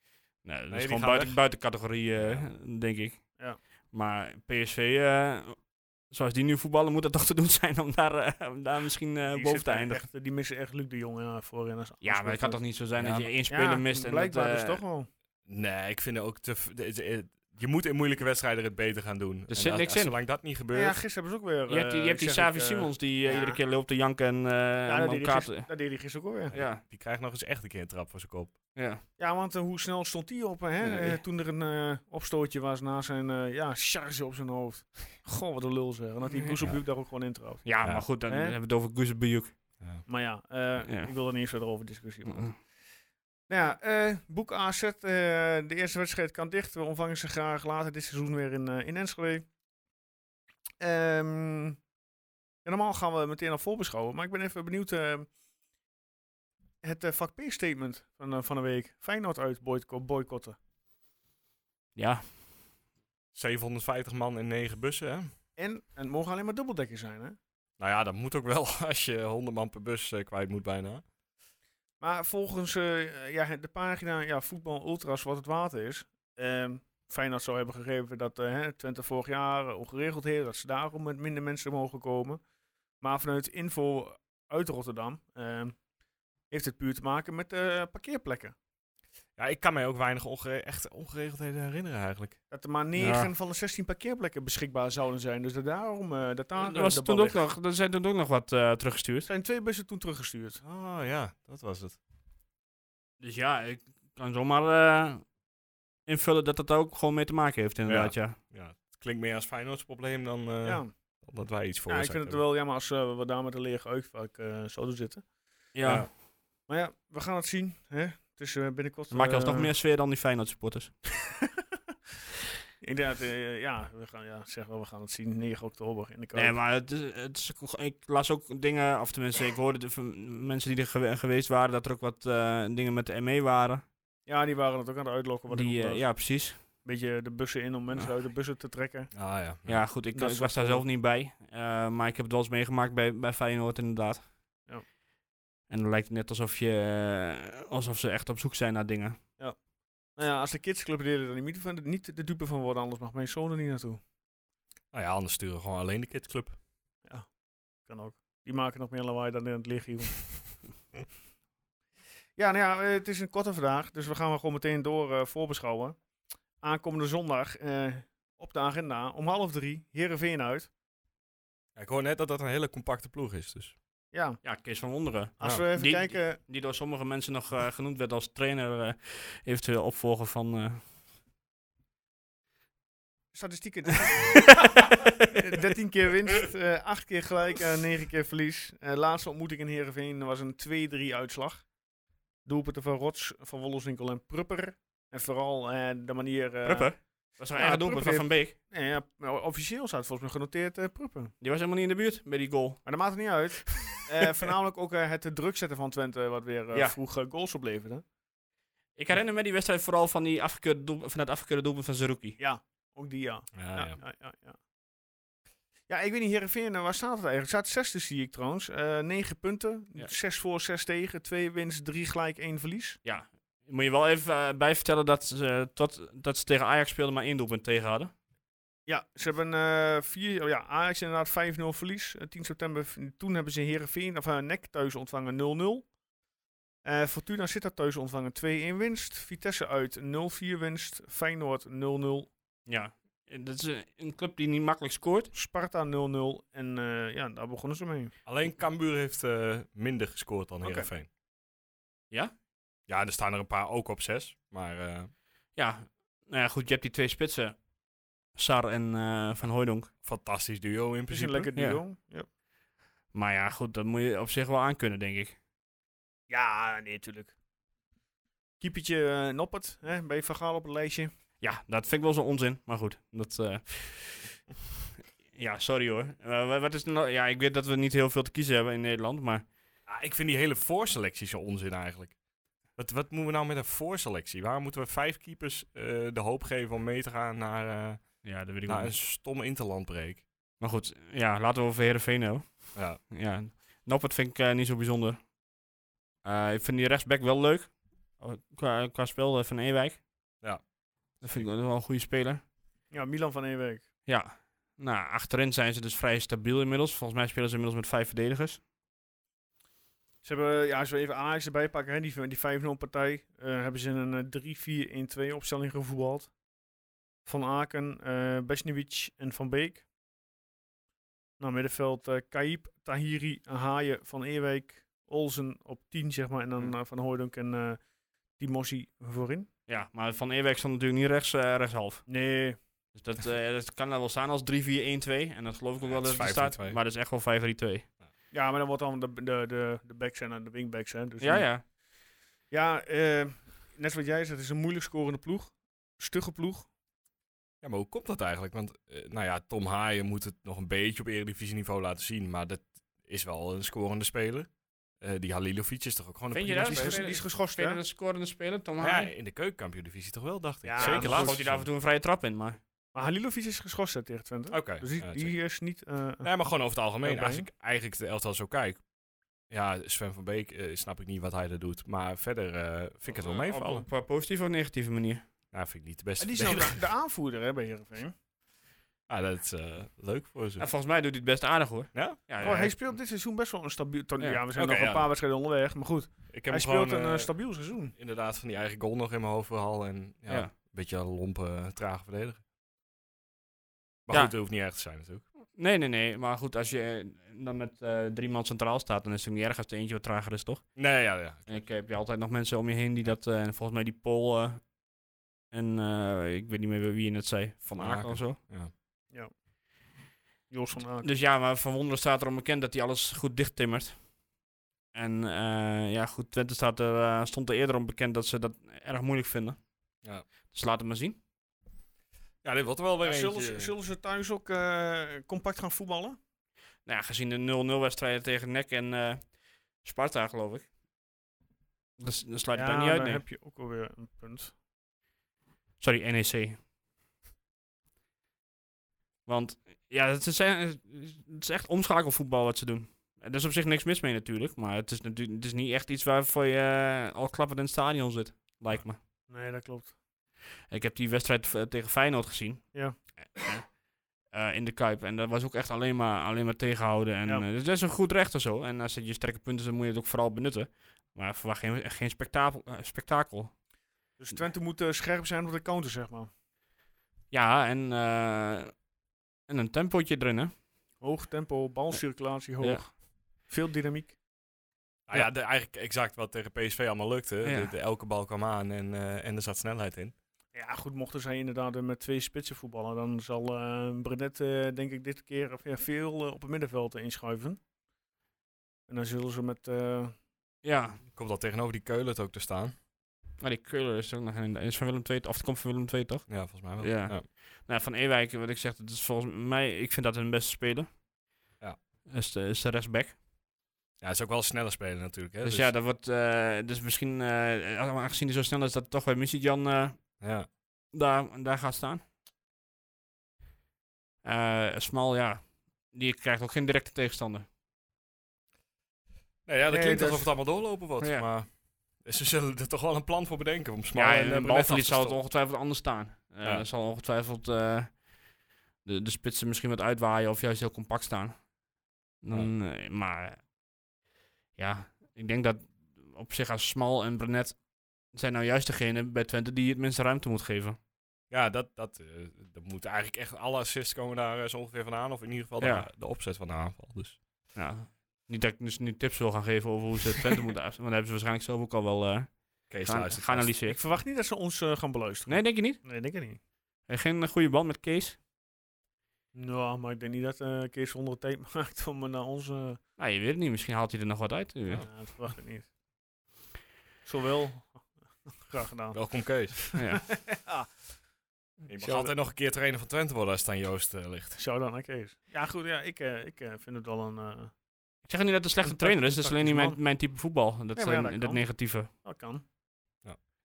[SPEAKER 4] Nee, dat is
[SPEAKER 5] Nee, die
[SPEAKER 4] gewoon
[SPEAKER 5] gaan
[SPEAKER 4] buiten,
[SPEAKER 5] weg.
[SPEAKER 4] buiten categorie, eh,
[SPEAKER 5] Ja.
[SPEAKER 4] denk ik.
[SPEAKER 1] Ja.
[SPEAKER 4] Maar PSV, eh, zoals die nu voetballen, moet dat toch te doen zijn om daar, eh, om daar misschien eh,
[SPEAKER 1] Die
[SPEAKER 4] boven te
[SPEAKER 1] zitten
[SPEAKER 4] eindigen.
[SPEAKER 1] echt- die missen echt Luc de Jong ja, voorin. als-
[SPEAKER 4] Ja,
[SPEAKER 1] als
[SPEAKER 4] maar het kan toch niet zo zijn
[SPEAKER 5] Ja,
[SPEAKER 4] dat je
[SPEAKER 5] maar-
[SPEAKER 4] één
[SPEAKER 1] Ja,
[SPEAKER 4] speler mist en
[SPEAKER 1] blijkbaar
[SPEAKER 4] dat,
[SPEAKER 1] dus
[SPEAKER 4] eh,
[SPEAKER 1] toch wel.
[SPEAKER 5] Nee, ik vind ook te. v- de- de- Je moet in moeilijke wedstrijden het beter gaan doen. En
[SPEAKER 4] zit
[SPEAKER 5] als-
[SPEAKER 4] niks
[SPEAKER 5] als
[SPEAKER 4] in.
[SPEAKER 5] Zolang dat niet
[SPEAKER 1] Ja,
[SPEAKER 5] gebeurt.
[SPEAKER 1] gisteren hebben ze ook weer...
[SPEAKER 4] Je hebt die, je
[SPEAKER 1] eh,
[SPEAKER 4] hebt die
[SPEAKER 1] zeg
[SPEAKER 4] Savi
[SPEAKER 1] ik, eh,
[SPEAKER 4] Simons die eh,
[SPEAKER 1] ja.
[SPEAKER 4] iedere keer loopt te janken en eh
[SPEAKER 1] Ja,
[SPEAKER 4] om
[SPEAKER 1] dat deed, hij
[SPEAKER 4] elkaar
[SPEAKER 1] gisteren,
[SPEAKER 4] te-
[SPEAKER 1] dat deed hij gisteren ook weer. Ja,
[SPEAKER 4] Ja,
[SPEAKER 5] Die krijgt nog eens echt een keer een trap voor zijn kop.
[SPEAKER 4] ja.
[SPEAKER 1] want eh, hoe snel stond hij op, hè?
[SPEAKER 4] Nee.
[SPEAKER 1] Eh, toen er een eh, opstootje was na zijn eh, ja, charge op zijn hoofd. Goh, wat een lul zeg. En dat die
[SPEAKER 4] Ja.
[SPEAKER 1] Gooselbioek daar ook gewoon in trouwt.
[SPEAKER 4] ja,
[SPEAKER 5] Ja.
[SPEAKER 4] maar goed, dan
[SPEAKER 1] Hè?
[SPEAKER 4] hebben we het over Guzebujuk.
[SPEAKER 1] Maar ja, eh,
[SPEAKER 4] Ja.
[SPEAKER 1] ik wil er niet eens verder over discussiëren.
[SPEAKER 4] Mm.
[SPEAKER 1] Nou ja, eh, boek AZ. eh, de eerste wedstrijd kan dicht. We ontvangen ze graag later dit seizoen weer in, eh, in Enschede. Ehm, ja, normaal gaan we meteen al voorbeschouwen. Maar ik ben even benieuwd. eh, het eh, vak P-statement van, eh, van de week. Feyenoord uit boyco- boycotten.
[SPEAKER 4] Ja,
[SPEAKER 5] 750 man in 9 bussen. Hè?
[SPEAKER 1] En, en het mogen alleen maar dubbeldekkers zijn. Hè?
[SPEAKER 5] Nou ja, dat moet ook wel als je 100 man per bus eh, kwijt moet bijna.
[SPEAKER 1] Maar volgens eh, ja, het- de pagina ja, Voetbal Ultras wat het water is. ehm Feyenoord zou hebben gegeven dat eh, hè, Twente vorig jaar eh, ongeregeld heeft. Dat ze daarom met minder mensen mogen komen. Maar vanuit info uit Rotterdam ehm, heeft het puur te maken met eh, parkeerplekken.
[SPEAKER 5] Ja, ik kan mij ook weinig ongere- echt ongeregeldheden herinneren eigenlijk.
[SPEAKER 1] Dat er maar 9 van de 16 parkeerplekken beschikbaar zouden zijn. Dus dat daarom eh dat daar
[SPEAKER 4] er,
[SPEAKER 1] eh,
[SPEAKER 4] was
[SPEAKER 1] de
[SPEAKER 4] toen
[SPEAKER 1] bal
[SPEAKER 4] ook
[SPEAKER 1] ligt.
[SPEAKER 4] nog, er zijn toen ook nog wat eh, teruggestuurd.
[SPEAKER 1] Er zijn twee bussen toen teruggestuurd.
[SPEAKER 5] Oh ja, dat was het.
[SPEAKER 4] Dus ja, ik kan zomaar eh, invullen dat dat daar ook gewoon mee te maken heeft inderdaad, ja.
[SPEAKER 5] Ja, het klinkt meer als Feyenoord's probleem dan, eh,
[SPEAKER 1] ja.
[SPEAKER 5] dan dat wij iets voor
[SPEAKER 1] Ja, ik vind het wel jammer als eh, we daar met een lege uitvak eh zouden zitten.
[SPEAKER 4] Ja,
[SPEAKER 5] Ja.
[SPEAKER 1] Maar ja, we gaan het zien. Hè? Het is eh, binnenkort...
[SPEAKER 4] dan maak je alsnog
[SPEAKER 1] eh,
[SPEAKER 4] meer sfeer dan die Feyenoord supporters.
[SPEAKER 1] Inderdaad, eh, ja, we gaan, ja, zeg wel, we gaan het zien. 9 oktober in de kant.
[SPEAKER 4] Nee, maar het is, het is, ook- ik las ook dingen, of tenminste, ik hoorde de- van mensen die er gewe- geweest waren, dat er ook wat eh, dingen met de ME waren.
[SPEAKER 1] Ja, die waren het ook aan het uitlokken. Wat ik
[SPEAKER 4] die,
[SPEAKER 1] ook
[SPEAKER 4] eh,
[SPEAKER 1] las.
[SPEAKER 4] ja, precies.
[SPEAKER 1] beetje de bussen in om mensen uit de bussen te trekken.
[SPEAKER 5] Ah ja.
[SPEAKER 4] Ja, goed, ik,
[SPEAKER 1] Dat
[SPEAKER 4] ik
[SPEAKER 1] is
[SPEAKER 4] was daar
[SPEAKER 1] wel-
[SPEAKER 4] zelf niet bij. eh, maar ik heb het wel eens meegemaakt bij, bij Feyenoord inderdaad.
[SPEAKER 1] Ja.
[SPEAKER 4] En dan lijkt het net alsof, je, eh, alsof ze echt op zoek zijn naar dingen.
[SPEAKER 1] Nou ja, als de kidsclub deden er niet, van, niet de dupe van worden, anders mag mijn zoon er niet naartoe.
[SPEAKER 5] Nou ja, anders sturen we gewoon alleen de kidsclub.
[SPEAKER 1] Kan ook. Die maken nog meer lawaai dan in het legioen. ja, nou ja, eh, het is een korte vandaag, dus we gaan wel gewoon meteen door eh, voorbeschouwen. Aankomende zondag eh, op de agenda om half drie, Heerenveen uit.
[SPEAKER 5] Ja, ik hoor net dat dat een hele compacte ploeg is, dus.
[SPEAKER 1] Ja,
[SPEAKER 4] Ja, Kees van Wonderen.
[SPEAKER 1] als
[SPEAKER 5] Ja.
[SPEAKER 1] we even
[SPEAKER 4] Ah, Die-
[SPEAKER 1] kijken,
[SPEAKER 4] Die door sommige mensen nog eh, genoemd werd als trainer. eh, eventueel opvolger van... eh,
[SPEAKER 1] statistieken. 13 keer winst, eh 8 keer gelijk, en 9 keer verlies. Eh, laatste ontmoeting in Heerenveen was een 2-3 uitslag. Doelpunten van Rots, van Wollenswinkel en Prupper. En vooral eh, de manier... eh,
[SPEAKER 4] Prupper? was er een
[SPEAKER 1] Ja,
[SPEAKER 4] eigen doelpunt van
[SPEAKER 1] Prupper
[SPEAKER 4] Van Beek.
[SPEAKER 1] nee, ja, nou, officieel staat volgens mij genoteerd eh Prupper.
[SPEAKER 4] Die was helemaal niet in de buurt bij die goal.
[SPEAKER 1] Maar dat maakt het niet uit. Eh, voornamelijk ook eh, het druk zetten van Twente, wat weer eh,
[SPEAKER 4] Ja.
[SPEAKER 1] vroeg eh, goals opleverde.
[SPEAKER 4] Ik herinner me die wedstrijd vooral van, die afgekeurde doel, van dat afgekeurde doelpunt van Zerouki.
[SPEAKER 1] Ja, ook die
[SPEAKER 4] Ah,
[SPEAKER 1] ja. Ja,
[SPEAKER 5] Ja, ja.
[SPEAKER 1] ja, ja, ja. Ja, ik weet niet, Heerenveen, eh, waar staat het eigenlijk? Het staat zesde, zie ik trouwens. Eh negen punten,
[SPEAKER 4] Ja.
[SPEAKER 1] zes voor, zes tegen, twee winst, drie gelijk, één verlies.
[SPEAKER 4] Moet je wel even eh, bij vertellen dat ze, eh, tot, dat ze tegen Ajax speelden maar één doelpunt tegen hadden.
[SPEAKER 1] Ja, ze hebben eh, vier, oh ja, Ajax inderdaad 5-0 verlies. Eh, 10 september, v- toen hebben ze Heerenveen, of eh, NEC thuis ontvangen 0-0. Eh Fortuna Sittard thuis ontvangen 2-1 winst. Vitesse uit 0-4 winst. Feyenoord 0-0.
[SPEAKER 4] Ja, en dat is een, een club die niet makkelijk scoort.
[SPEAKER 1] Sparta 0-0. En eh, ja, daar begonnen ze mee.
[SPEAKER 5] Alleen Cambuur heeft eh, minder gescoord dan
[SPEAKER 1] Oké.
[SPEAKER 5] Heerenveen.
[SPEAKER 4] Ja?
[SPEAKER 5] Ja, er staan er een paar ook op zes. Maar eh,
[SPEAKER 4] Ja, nou ja, goed, je hebt die twee spitsen. Sar en eh, Van Hooydonk.
[SPEAKER 5] fantastisch
[SPEAKER 1] Het
[SPEAKER 5] duo in
[SPEAKER 1] is een
[SPEAKER 5] principe.
[SPEAKER 1] lekker
[SPEAKER 4] ja.
[SPEAKER 1] duo. Ja.
[SPEAKER 4] Maar ja, goed, dat moet je op zich wel aankunnen, denk ik.
[SPEAKER 1] Ja, nee, natuurlijk. Keepertje eh, Noppert, hè, bij Van Gaal op het lijstje.
[SPEAKER 4] Ja, dat vind ik wel zo'n onzin. Maar goed, dat... eh, ja, sorry hoor. Eh, wa- wat is er nou? Ja, ik weet dat we niet heel veel te kiezen hebben in Nederland, maar...
[SPEAKER 5] Ja, Ah, ik vind die hele voorselectie zo onzin eigenlijk. Wat, wat moeten we nou met een voorselectie? Waarom moeten we vijf keepers eh, de hoop geven om mee te gaan naar, eh,
[SPEAKER 4] Ja, dat weet ik
[SPEAKER 5] naar
[SPEAKER 4] ook
[SPEAKER 5] een
[SPEAKER 4] niet.
[SPEAKER 5] stomme interlandbreek?
[SPEAKER 4] Maar goed, ja, laten we over Heerenveen hebben.
[SPEAKER 5] Ja.
[SPEAKER 4] Ja, Noppert vind ik eh, niet zo bijzonder. Eh, ik vind die rechtsback wel leuk. Oh, Qua, qua spel eh, van Ewijk.
[SPEAKER 5] Ja.
[SPEAKER 4] Dat vind ik wel wel een goede speler.
[SPEAKER 1] Ja, Milan van één week.
[SPEAKER 4] Ja. Nou, achterin zijn ze dus vrij stabiel inmiddels. Volgens mij spelen ze inmiddels met vijf verdedigers.
[SPEAKER 1] Ze hebben, ja, als we even Ajax erbij pakken, hè, die, die 5-0 partij, eh, hebben ze in een eh, 3-4-1-2 opstelling gevoetbald. Van Aken, eh Besniewicz en Van Beek. Nou, middenveld eh Kaib, Tahiri, Haaien, Van Eerwijk, Olsen op 10, zeg maar. En dan
[SPEAKER 4] Hmm.
[SPEAKER 1] eh, Van Hooydonk en eh Timossi voorin.
[SPEAKER 4] Ja, maar Van Eerwijk stond natuurlijk niet rechts, eh, rechtshalf.
[SPEAKER 1] Nee,
[SPEAKER 4] Dus dat, eh, dat kan daar wel staan als 3-4-1-2. En dat geloof ik ook
[SPEAKER 5] Ja,
[SPEAKER 4] wel
[SPEAKER 5] het
[SPEAKER 4] dat
[SPEAKER 5] is
[SPEAKER 4] het staat.
[SPEAKER 5] 5-3-2.
[SPEAKER 4] Maar dat is echt wel 5-3-2.
[SPEAKER 1] ja, maar dan wordt dan de, de, de, de backs en de wingbacks, hè. Dus
[SPEAKER 4] Ja,
[SPEAKER 1] dan-
[SPEAKER 4] ja.
[SPEAKER 1] Ja, eh, net wat jij zegt, het is een moeilijk scorende ploeg. Stugge ploeg.
[SPEAKER 5] Ja, maar hoe komt dat eigenlijk? Want, eh, nou ja, Tom Haaien moet het nog een beetje op eredivisieniveau laten zien. Maar dat is wel een scorende speler. Eh, die Halilovic is toch ook gewoon een
[SPEAKER 4] Vind je
[SPEAKER 5] prima
[SPEAKER 1] Die is,
[SPEAKER 4] maar
[SPEAKER 1] ges-
[SPEAKER 5] speler?
[SPEAKER 1] die is
[SPEAKER 4] spelen-
[SPEAKER 1] geschorst, hè?
[SPEAKER 4] Spelende scorende speler, Tom
[SPEAKER 5] Ja,
[SPEAKER 4] Haaien.
[SPEAKER 5] in de keukenkampioen-divisie toch wel, dacht ik.
[SPEAKER 1] Ja,
[SPEAKER 5] Zeker
[SPEAKER 1] maar
[SPEAKER 5] laatst.
[SPEAKER 4] Schoot hij daar af en toe een vrije trap in, maar...
[SPEAKER 1] Maar Halilovic is geschorst hè, tegen Twente.
[SPEAKER 5] Oké.
[SPEAKER 1] Dus die,
[SPEAKER 5] Oh, ja,
[SPEAKER 1] die
[SPEAKER 5] zeker.
[SPEAKER 1] is niet... eh,
[SPEAKER 5] Nee, maar gewoon over het algemeen.
[SPEAKER 1] Ook bij
[SPEAKER 5] Als ik eigenlijk de elftal zo kijk... Ja, Sven van Beek eh, snap ik niet wat hij er doet. Maar verder eh, vind ik het wel
[SPEAKER 4] Op,
[SPEAKER 5] meevallen.
[SPEAKER 4] op een positieve of negatieve manier.
[SPEAKER 5] Nou, vind ik niet de beste.
[SPEAKER 1] Oh, en die is nou
[SPEAKER 5] verdediger.
[SPEAKER 1] de, de aanvoerder hè, bij Heerenveen.
[SPEAKER 5] Ja, dat is eh, leuk voor ze.
[SPEAKER 4] En volgens mij doet hij het best aardig, hoor.
[SPEAKER 5] Ja?
[SPEAKER 4] Ja,
[SPEAKER 1] Oh, hij speelt dit seizoen best wel een stabiel... Ja.
[SPEAKER 4] Ja.
[SPEAKER 1] ja, we zijn
[SPEAKER 5] Oké,
[SPEAKER 1] nog een
[SPEAKER 5] ja.
[SPEAKER 1] paar wedstrijden onderweg, maar goed.
[SPEAKER 5] Ik heb
[SPEAKER 1] Hij
[SPEAKER 5] hem
[SPEAKER 1] speelt
[SPEAKER 5] gewoon,
[SPEAKER 1] een eh,
[SPEAKER 5] eh,
[SPEAKER 1] stabiel seizoen.
[SPEAKER 5] inderdaad van die eigen goal nog in mijn hoofd verhaal. En ja,
[SPEAKER 4] Ja.
[SPEAKER 5] een beetje een lompe, eh, trage verdediger. Maar
[SPEAKER 4] Ja.
[SPEAKER 5] goed, dat hoeft niet erg te zijn natuurlijk.
[SPEAKER 4] Nee, nee, nee. Maar goed, als je eh, dan met eh, drie man centraal staat, dan is het ook niet erg als er eentje wat trager is, toch?
[SPEAKER 5] Nee, ja, ja.
[SPEAKER 4] En ik heb je altijd nog mensen om je heen die dat... eh, en volgens mij die Pol eh, en eh, ik weet niet meer wie je net zei. Van
[SPEAKER 5] Van
[SPEAKER 4] Aken
[SPEAKER 5] Aken.
[SPEAKER 4] of zo.
[SPEAKER 1] Jos van Aken.
[SPEAKER 4] Dus ja, maar Van Wonderen staat erom bekend dat hij alles goed dicht timmert. En eh, ja, goed, Twente staat er, eh, stond er eerder om bekend dat ze dat erg moeilijk vinden.
[SPEAKER 5] Ja.
[SPEAKER 4] Dus laat het maar zien.
[SPEAKER 5] Ja, dit wordt er wel weer
[SPEAKER 1] Ja,
[SPEAKER 5] eentje.
[SPEAKER 1] zullen, ze, zullen ze thuis ook eh, compact gaan voetballen?
[SPEAKER 4] Nou ja, gezien de 0-0 wedstrijden tegen NEC en eh, Sparta, geloof ik. Dat, s- dat sluit ik daar niet uit,
[SPEAKER 1] dan
[SPEAKER 4] nee.
[SPEAKER 1] heb je ook alweer een punt.
[SPEAKER 4] Sorry, E NEC. Want ja, het is, het is echt omschakelvoetbal wat ze doen. Er is op zich niks mis mee natuurlijk, maar het is, natuurlijk, het is niet echt iets waarvoor je eh, al klappend in het stadion zit, lijkt me.
[SPEAKER 1] Nee, dat klopt.
[SPEAKER 4] Ik heb die wedstrijd eh, tegen Feyenoord gezien.
[SPEAKER 1] Ja.
[SPEAKER 4] Eh, eh, in de Kuip. En dat was ook echt alleen maar, alleen maar tegenhouden. En,
[SPEAKER 1] Ja.
[SPEAKER 4] eh, dus dat is een goed recht of zo. En als het je sterke punten zijn, moet je het ook vooral benutten. Maar verwacht geen, echt geen spektakel, eh, spektakel.
[SPEAKER 1] Dus Twente moet eh, scherp zijn op de counter, zeg maar.
[SPEAKER 4] Ja, en, eh, en een tempootje erin, hè.
[SPEAKER 1] Hoog tempo, balcirculatie hoog.
[SPEAKER 4] Ja.
[SPEAKER 1] Veel dynamiek.
[SPEAKER 5] Nou ja, de- eigenlijk exact wat tegen PSV allemaal lukte.
[SPEAKER 4] Ja.
[SPEAKER 5] De, de- elke bal kwam aan en, eh, en er zat snelheid in.
[SPEAKER 1] Ja, goed, mochten zij inderdaad eh, met twee spitsen voetballen, dan zal eh Brenet eh, denk ik dit keer eh, ja, veel eh, op het middenveld eh, inschuiven. En dan zullen ze met... eh,
[SPEAKER 4] Ja,
[SPEAKER 5] Komt al tegenover die Keulen ook te staan.
[SPEAKER 4] maar die Keuler is ook nog in de, is van Willem II, of het komt van Willem II, toch?
[SPEAKER 5] Ja, volgens mij wel.
[SPEAKER 4] Ja. Nou, van Ewijk, wat ik zeg, dat is volgens mij, ik vind dat hun beste speler.
[SPEAKER 5] Ja.
[SPEAKER 4] Is de, is de rechtsback.
[SPEAKER 5] Ja, is ook wel een sneller speler natuurlijk. Hè?
[SPEAKER 4] dus, ja, dat wordt, eh, dus misschien, eh, aangezien hij zo snel is, dat toch bij Music Jan eh,
[SPEAKER 5] ja.
[SPEAKER 4] daar, daar gaat staan. Eh Smal, ja, die krijgt ook geen directe tegenstander.
[SPEAKER 5] Nou ja, dat
[SPEAKER 1] Nee,
[SPEAKER 5] klinkt
[SPEAKER 1] dat
[SPEAKER 5] alsof het allemaal doorlopen wordt.
[SPEAKER 4] dus- Ja.
[SPEAKER 5] Maar ze zullen er toch wel een plan voor bedenken om smal
[SPEAKER 4] Maar
[SPEAKER 5] en
[SPEAKER 4] ja,
[SPEAKER 5] eh,
[SPEAKER 4] en
[SPEAKER 5] Brenet af
[SPEAKER 4] balverlies
[SPEAKER 5] te
[SPEAKER 4] zal het
[SPEAKER 5] stoppen.
[SPEAKER 4] ongetwijfeld anders staan. Eh
[SPEAKER 5] Ja.
[SPEAKER 4] Er zal ongetwijfeld eh, de, de spitsen misschien wat uitwaaien of juist heel compact staan. Dan, eh, maar eh, ja, ik denk dat op zich als Smal en Brenet zijn nou juist degene bij Twente die het minste ruimte moet geven.
[SPEAKER 5] Ja, dat, dat, eh, dat moet eigenlijk echt alle assists komen daar eh, zo ongeveer vandaan. Of in ieder geval de-
[SPEAKER 4] Ja.
[SPEAKER 5] de, opzet van de aanval. Dus.
[SPEAKER 4] Ja. Niet dat ik dus nu tips wil gaan geven over hoe ze Twente moeten af- Want dat hebben ze waarschijnlijk zelf ook al wel eh
[SPEAKER 5] Kees
[SPEAKER 4] gaan,
[SPEAKER 5] luistert vast.
[SPEAKER 1] ik
[SPEAKER 4] geanalyseerd.
[SPEAKER 1] verwacht niet dat ze ons eh, gaan beluisteren.
[SPEAKER 4] Nee, denk je niet?
[SPEAKER 1] Nee, denk ik niet.
[SPEAKER 4] Eh, Geen eh, goede band met Kees?
[SPEAKER 1] Nou, maar ik denk niet dat eh Kees onder tijd maakt om eh, naar ons... eh,
[SPEAKER 4] Nou, je weet het niet. Misschien haalt hij er nog wat uit.
[SPEAKER 1] Ja, dat verwacht ik niet. Zowel. Graag gedaan.
[SPEAKER 5] Welkom Kees.
[SPEAKER 4] Ja.
[SPEAKER 5] Je mag
[SPEAKER 1] Zo-
[SPEAKER 5] altijd nog een keer trainer van Twente worden als het aan Joost eh, ligt.
[SPEAKER 1] Zou dan, hè, Kees? Ja, goed, ja, ik, eh, ik eh, vind het wel een. eh,
[SPEAKER 4] Ik zeg niet dat het een slechte
[SPEAKER 1] Een
[SPEAKER 4] trainer is,
[SPEAKER 1] tactisch-
[SPEAKER 4] dat is alleen niet mijn,
[SPEAKER 1] tactisch
[SPEAKER 4] mijn type voetbal.
[SPEAKER 1] maar
[SPEAKER 4] Dat,
[SPEAKER 1] ja,
[SPEAKER 4] zijn-
[SPEAKER 1] dat
[SPEAKER 4] dat,
[SPEAKER 1] kan.
[SPEAKER 4] negatieve.
[SPEAKER 1] dat kan.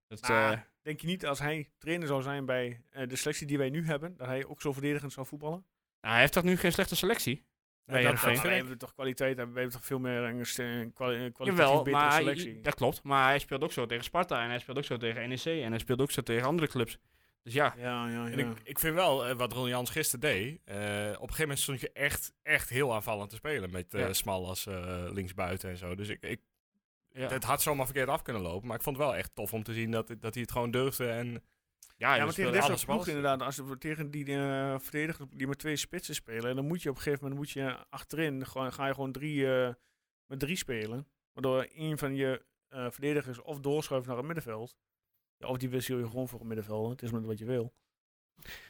[SPEAKER 4] Dat,
[SPEAKER 1] Maar-
[SPEAKER 4] eh,
[SPEAKER 1] Nou, Denk je niet als hij trainer zou zijn bij eh, de selectie die wij nu hebben, dat hij ook zo verdedigend zou voetballen?
[SPEAKER 4] nou, hij heeft toch nu geen slechte selectie? Bij
[SPEAKER 1] dat,
[SPEAKER 4] Heerenveen.
[SPEAKER 1] dat, wij hebben toch kwaliteit, hebben, wij hebben toch veel meer een ste- een kwali- een eh, kwalitatief
[SPEAKER 4] Jawel,
[SPEAKER 1] betere
[SPEAKER 4] maar
[SPEAKER 1] selectie.
[SPEAKER 4] hij, dat klopt. Maar hij speelt ook zo tegen Sparta en hij speelt ook zo tegen NEC en hij speelt ook zo tegen andere clubs. Dus ja,
[SPEAKER 1] ja, ja, ja.
[SPEAKER 5] En ik, ik vind wel, eh, wat Ron Jans gisteren deed, eh, op een gegeven moment stond je echt, echt heel aanvallend te spelen met eh
[SPEAKER 4] Ja.
[SPEAKER 5] Smal als eh, linksbuiten en zo. Dus ik, ik,
[SPEAKER 4] ja.
[SPEAKER 5] het had zomaar verkeerd af kunnen lopen, maar ik vond het wel echt tof om te zien dat, dat hij het gewoon durfde. En,
[SPEAKER 4] ja,
[SPEAKER 1] ja,
[SPEAKER 4] je
[SPEAKER 1] maar tegen
[SPEAKER 4] speelt
[SPEAKER 1] dit soort
[SPEAKER 4] alles
[SPEAKER 1] ploegen
[SPEAKER 4] alles.
[SPEAKER 1] inderdaad, als we tegen die eh verdediger die met twee spitsen spelen, dan moet je op een gegeven moment moet je achterin, gewoon, ga je gewoon drie, eh, met drie spelen. Waardoor een van je eh, verdedigers of doorschuift naar het middenveld, ja, of die wissel je gewoon voor het middenveld. Het is met wat je wil.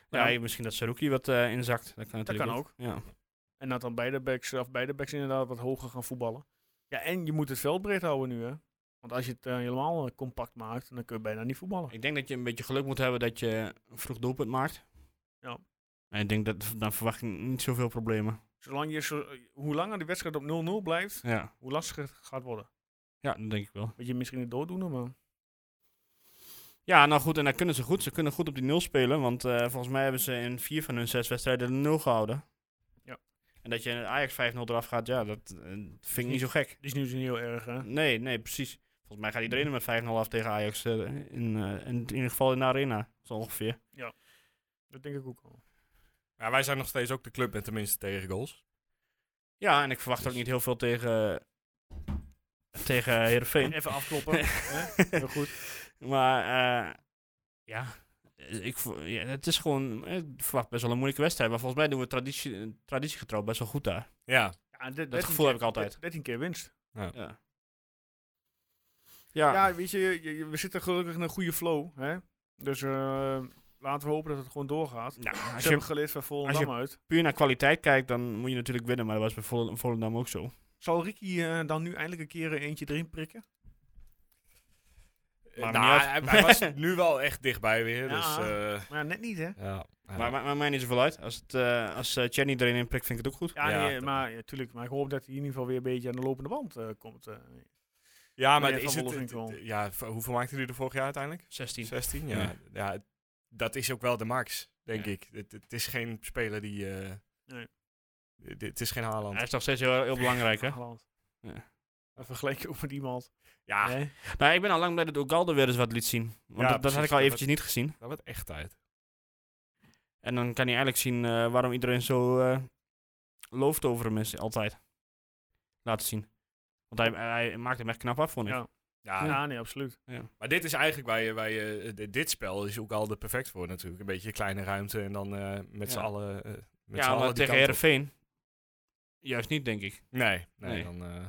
[SPEAKER 4] Ja, je- misschien dat Saruki wat eh, inzakt. Dat kan
[SPEAKER 1] Dat
[SPEAKER 4] natuurlijk
[SPEAKER 1] kan ook.
[SPEAKER 4] Ja.
[SPEAKER 1] En dat dan beide backs, of beide backs inderdaad wat hoger gaan voetballen. Ja, en je moet het veld breed houden nu, hè. Want als je het eh, helemaal eh, compact maakt, dan kun je bijna niet voetballen.
[SPEAKER 4] Ik denk dat je een beetje geluk moet hebben dat je een vroeg doelpunt maakt.
[SPEAKER 1] Ja.
[SPEAKER 4] En ik denk dat dan verwacht ik niet zoveel problemen.
[SPEAKER 1] Zolang je, zo, eh, hoe langer de wedstrijd op 0-0 blijft,
[SPEAKER 4] Ja,
[SPEAKER 1] hoe lastiger het gaat worden.
[SPEAKER 4] ja dat denk ik wel.
[SPEAKER 1] Weet je, misschien het dooddoener, maar...
[SPEAKER 4] Ja, nou goed, en dat kunnen ze goed. Ze kunnen goed op die nul spelen, want eh, volgens mij hebben ze in vier van hun zes wedstrijden de nul gehouden.
[SPEAKER 1] Ja.
[SPEAKER 4] En dat je in Ajax 5-0 eraf gaat, ja, dat eh, vind ik niet zo gek.
[SPEAKER 1] Die is nu dus niet heel erg, hè?
[SPEAKER 4] Nee, nee, precies. Volgens mij gaat iedereen er met 5-0 af tegen Ajax, eh, in, eh, in, in ieder geval in de arena, zo ongeveer.
[SPEAKER 1] Dat denk ik ook al.
[SPEAKER 5] ja, wij zijn nog steeds ook de club met tenminste tegen goals.
[SPEAKER 4] Ja, en ik verwacht ook niet heel veel tegen, tegen Heerenveen.
[SPEAKER 1] Even afkloppen. hè? Heel goed.
[SPEAKER 4] Maar eh, ja, eh, ik, vo- ja, het is gewoon, eh, ik verwacht best wel een moeilijke wedstrijd. Maar volgens mij doen we traditie, traditiegetrouw best wel goed daar.
[SPEAKER 5] Ja,
[SPEAKER 1] Ja,
[SPEAKER 4] Dat gevoel heb ik altijd.
[SPEAKER 1] 13 keer winst.
[SPEAKER 4] Ja.
[SPEAKER 1] Ja,
[SPEAKER 4] Ja,
[SPEAKER 1] weet je, je- je- we zitten gelukkig in een goede flow, hè? Dus eh, laten we hopen dat het gewoon doorgaat.
[SPEAKER 4] nou, als
[SPEAKER 1] Ze
[SPEAKER 4] je
[SPEAKER 1] hebben geleerd van Volendam
[SPEAKER 4] als je-
[SPEAKER 1] uit.
[SPEAKER 4] puur naar kwaliteit kijkt, dan moet je natuurlijk winnen. Maar dat was bij Vol- Volendam ook zo.
[SPEAKER 1] Zal Ricky eh, dan nu eindelijk een keer eh, eentje erin prikken?
[SPEAKER 5] Eh,
[SPEAKER 4] Maar
[SPEAKER 5] nou,
[SPEAKER 4] niet
[SPEAKER 5] hij, hij was nu wel echt dichtbij weer.
[SPEAKER 1] Ja.
[SPEAKER 5] Dus, eh,
[SPEAKER 1] Maar ja, net niet, hè?
[SPEAKER 5] ja.
[SPEAKER 4] Maar, maar, maar mij niet zoveel uit. Als, het, eh als eh, Chenny erin in prikt, vind ik het ook goed.
[SPEAKER 1] Ja,
[SPEAKER 5] Ja,
[SPEAKER 1] nee,
[SPEAKER 5] dat-
[SPEAKER 1] maar ja, tuurlijk. Maar ik hoop dat hij in ieder geval weer een beetje aan de lopende band eh, komt. eh.
[SPEAKER 5] ja, maar
[SPEAKER 1] Meneer
[SPEAKER 5] is
[SPEAKER 1] Van
[SPEAKER 5] het,
[SPEAKER 1] Wolfink wel.
[SPEAKER 5] het- ja, v- hoeveel maakte hij er vorig jaar uiteindelijk?
[SPEAKER 4] 16.
[SPEAKER 5] 16? Ja, ja. dat is ook wel de max. denk
[SPEAKER 4] Ja.
[SPEAKER 5] ik. Het, het is geen speler die... eh,
[SPEAKER 1] Nee.
[SPEAKER 5] dit- Het is geen Haaland.
[SPEAKER 4] Hij is nog steeds heel, heel belangrijk, hè?
[SPEAKER 1] Haaland.
[SPEAKER 4] Ja.
[SPEAKER 1] En Vergelijk je ook met iemand.
[SPEAKER 5] Ja,
[SPEAKER 1] Nee.
[SPEAKER 4] Nou, ik ben al lang blij dat Ugalde weer eens wat liet zien. Want
[SPEAKER 5] Ja,
[SPEAKER 4] dat, dat had ik
[SPEAKER 5] precies.
[SPEAKER 4] al eventjes niet gezien.
[SPEAKER 5] dat wordt echt tijd.
[SPEAKER 4] En dan kan hij eigenlijk zien eh, waarom iedereen zo eh, looft over hem is, altijd. Laten zien. Want hij, hij maakt hem echt knap af, vond ik.
[SPEAKER 1] Ja.
[SPEAKER 5] Ja,
[SPEAKER 1] Ja, nee, absoluut.
[SPEAKER 5] maar dit is eigenlijk waar je... Waar je eh, di- dit spel is ook al de perfect voor natuurlijk. Een beetje kleine ruimte en dan eh, met
[SPEAKER 4] Ja.
[SPEAKER 5] z'n allen... eh, met z'n
[SPEAKER 4] ja, maar
[SPEAKER 5] allen die
[SPEAKER 4] tegen
[SPEAKER 5] kant op.
[SPEAKER 4] Herenveen. Juist niet, denk ik.
[SPEAKER 5] Nee,
[SPEAKER 4] Nee.
[SPEAKER 5] nee, dan eh,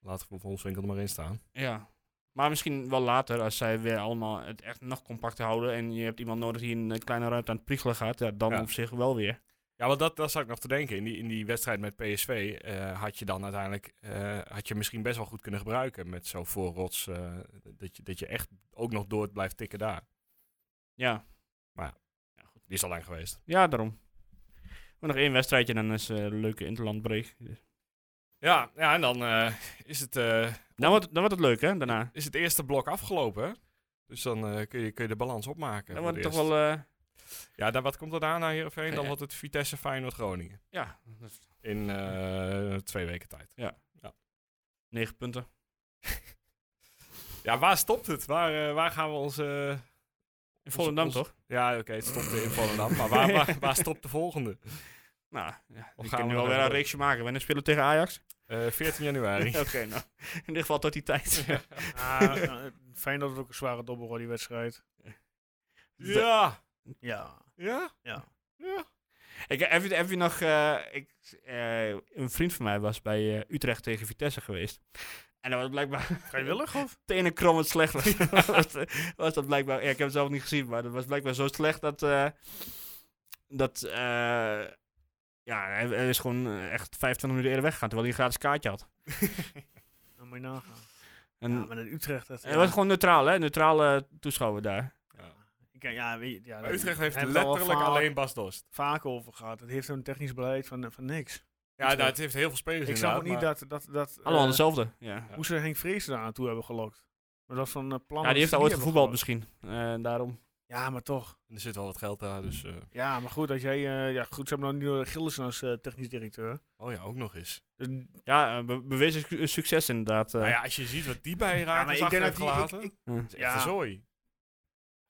[SPEAKER 5] laten we voor ons winkel er maar in staan.
[SPEAKER 4] Ja. Maar misschien wel later, als zij weer allemaal het echt nog compacter houden. en je hebt iemand nodig die in een eh, kleine ruimte aan het priegelen gaat. Ja, dan
[SPEAKER 5] Ja.
[SPEAKER 4] op zich wel weer.
[SPEAKER 5] Ja, want dat, dat zat ik nog te denken. In die, in die wedstrijd met PSV eh, had je dan uiteindelijk... eh, had je misschien best wel goed kunnen gebruiken met zo'n voorrots. eh, dat, je, dat je echt ook nog door blijft tikken daar.
[SPEAKER 4] Ja,
[SPEAKER 5] Die is al lang geweest.
[SPEAKER 4] ja daarom. Maar nog één wedstrijdje, dan is eh, een leuke interlandbreek.
[SPEAKER 5] Ja, ja en dan eh, is, het, eh,
[SPEAKER 4] Dan wordt, dan wordt het leuk, hè? Daarna.
[SPEAKER 5] is het eerste blok afgelopen. hè? Dus dan eh, kun, je, kun je de balans
[SPEAKER 4] Dan
[SPEAKER 5] opmaken. voor
[SPEAKER 4] wordt het
[SPEAKER 5] het
[SPEAKER 4] toch wel. eh,
[SPEAKER 5] eerst. Ja, dan, wat komt er daarna, Heerenveen? Dan
[SPEAKER 4] Ja.
[SPEAKER 5] wordt het Vitesse Feyenoord Groningen.
[SPEAKER 4] ja,
[SPEAKER 5] In eh, twee weken tijd.
[SPEAKER 4] negen punten.
[SPEAKER 5] Ja, waar stopt het? Waar, eh, waar gaan we onze...
[SPEAKER 4] In Volendam,
[SPEAKER 5] ons-
[SPEAKER 4] toch?
[SPEAKER 5] Ja, oké, het stopte in Volendam. Maar waar, waar, waar stopt de volgende?
[SPEAKER 4] Nou, ja, we
[SPEAKER 5] gaan
[SPEAKER 4] kunnen
[SPEAKER 5] we
[SPEAKER 4] nu alweer
[SPEAKER 5] naar-
[SPEAKER 4] een reeksje maken. Wanneer spelen we tegen Ajax?
[SPEAKER 5] Eh, 14
[SPEAKER 4] Oké,
[SPEAKER 5] januari.
[SPEAKER 4] nou. In ieder geval tot die tijd.
[SPEAKER 1] Ah, eh, fijn dat het ook een zware dobbel was, die wedstrijd.
[SPEAKER 4] Dus
[SPEAKER 5] ja.
[SPEAKER 1] Ja.
[SPEAKER 5] Ja?
[SPEAKER 1] Ja.
[SPEAKER 5] Ja.
[SPEAKER 4] Ik, heb, je, heb je nog... eh, ik, eh, een vriend van mij was bij eh, Utrecht tegen Vitesse geweest. En dat was blijkbaar...
[SPEAKER 1] Vrijwillig of?
[SPEAKER 4] Tenen krommend slecht. Was, was, was dat blijkbaar... Ja, ik heb het zelf niet gezien, maar dat was blijkbaar zo slecht dat... eh, dat... eh, ja, hij, hij is gewoon eh, echt 25 minuten eerder weggegaan, terwijl hij een gratis kaartje had.
[SPEAKER 1] Dan moet je nagaan.
[SPEAKER 4] En
[SPEAKER 1] ja, maar in Utrecht... Dat,
[SPEAKER 4] hij was gewoon neutraal, hè? Neutrale toeschouwer daar.
[SPEAKER 1] Ik ken- ja, weet je, ja,
[SPEAKER 5] Maar
[SPEAKER 1] daar
[SPEAKER 5] Utrecht heeft
[SPEAKER 1] hebben we al
[SPEAKER 5] letterlijk
[SPEAKER 1] vaak-
[SPEAKER 5] alleen Bas Dost.
[SPEAKER 1] vaak over gehad. Het heeft een technisch beleid van, van niks.
[SPEAKER 5] Ja, nou, het heeft heel veel spelers
[SPEAKER 1] Ik snap ook niet
[SPEAKER 5] inderdaad,
[SPEAKER 1] dat... dat, dat eh,
[SPEAKER 4] Allemaal hetzelfde. Ja.
[SPEAKER 1] hoe ze Henk Vrees daar naartoe hebben gelokt. Maar dat van eh plan.
[SPEAKER 4] ja, die heeft al ooit gevoetbald misschien. Eh, daarom.
[SPEAKER 1] misschien. Ja, maar toch.
[SPEAKER 5] maar Er zit wel wat geld daar, dus... eh,
[SPEAKER 1] Ja, maar goed, als jij, eh, ja, goed ze hebben dan nu Gillissen als eh, technisch directeur.
[SPEAKER 5] oh ja, ook nog eens.
[SPEAKER 1] Dus,
[SPEAKER 4] Ja, eh, be- bewezen su- succes inderdaad. eh.
[SPEAKER 5] Nou ja, als je ziet wat die bij
[SPEAKER 1] ja,
[SPEAKER 5] raakt,
[SPEAKER 1] maar
[SPEAKER 5] is
[SPEAKER 1] ik denk dat
[SPEAKER 5] heeft
[SPEAKER 1] die, ik-
[SPEAKER 5] gelaten.
[SPEAKER 1] ik-
[SPEAKER 4] Hm.
[SPEAKER 5] Dat is echt een
[SPEAKER 1] ja.
[SPEAKER 5] zooi.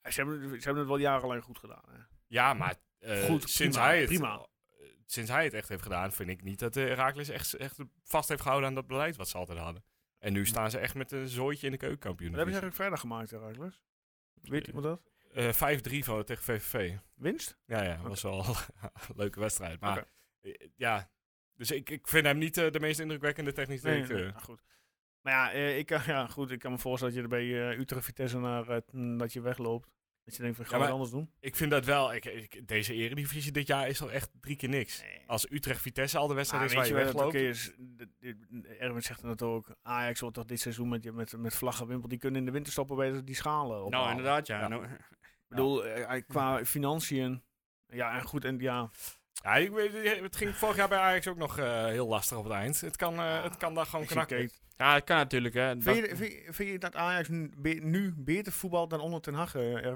[SPEAKER 1] Eh, ze, hebben, ze hebben het wel jarenlang goed gedaan. Hè.
[SPEAKER 5] Ja, maar eh,
[SPEAKER 1] Goed,
[SPEAKER 5] sinds,
[SPEAKER 1] prima,
[SPEAKER 5] hij het,
[SPEAKER 1] prima.
[SPEAKER 5] eh, sinds hij het echt heeft gedaan, vind ik niet dat de Herakles echt, echt vast heeft gehouden aan dat beleid wat ze altijd hadden. En nu staan ze echt met een zooitje in de keukenkampioen.
[SPEAKER 1] Dat Hm. hebben ze eigenlijk vrijdag gemaakt, eigenlijk. Weet iemand dat?
[SPEAKER 5] Eh, 5-3 van tegen VVV.
[SPEAKER 1] Winst?
[SPEAKER 5] Ja, ja, was wel een leuke wedstrijd. Maar
[SPEAKER 1] Oké.
[SPEAKER 5] eh, ja, dus ik, ik vind hem niet eh, de meest indrukwekkende technisch directeur.
[SPEAKER 1] nou, goed. Maar ja, eh, ik, kan, ja, goed, ik kan me voorstellen dat je er bij eh, Utrecht Vitesse naar eh, mm, dat je wegloopt. Dat je denkt van, ga
[SPEAKER 5] Ja,
[SPEAKER 1] wat
[SPEAKER 5] maar-
[SPEAKER 1] anders doen?
[SPEAKER 5] Ik vind dat wel, ik, ik- deze eredivisie dit jaar is al echt drie keer niks.
[SPEAKER 1] Nee.
[SPEAKER 5] Als Utrecht-Vitesse al de wedstrijd
[SPEAKER 1] Maar
[SPEAKER 5] is waar je
[SPEAKER 1] weet je wel,
[SPEAKER 5] wegloopt.
[SPEAKER 1] oké is, De- de- Erwin zegt dat ook. Ajax wordt toch dit seizoen met, je- met, met vlaggen wimpel. Die kunnen in de winter stoppen bij die schalen.
[SPEAKER 4] Nou,
[SPEAKER 1] ophalen.
[SPEAKER 4] inderdaad, ja.
[SPEAKER 5] Ja.
[SPEAKER 4] Nou,
[SPEAKER 1] Ik bedoel, eh, eh, qua financiën. Ja, en goed, en ja.
[SPEAKER 5] Ja, ik weet- eh, het ging vorig jaar bij Ajax ook nog eh, heel lastig op het eind. Het kan, eh, het kan daar gewoon
[SPEAKER 1] Ah, als je
[SPEAKER 5] knakken.
[SPEAKER 1] kijkt.
[SPEAKER 4] ja, dat kan natuurlijk. Hè. Dat-
[SPEAKER 1] Vind je, vind, je, vind je dat Ajax nu, be- nu beter voetbalt dan onder Ten Hag, eh, Erwin?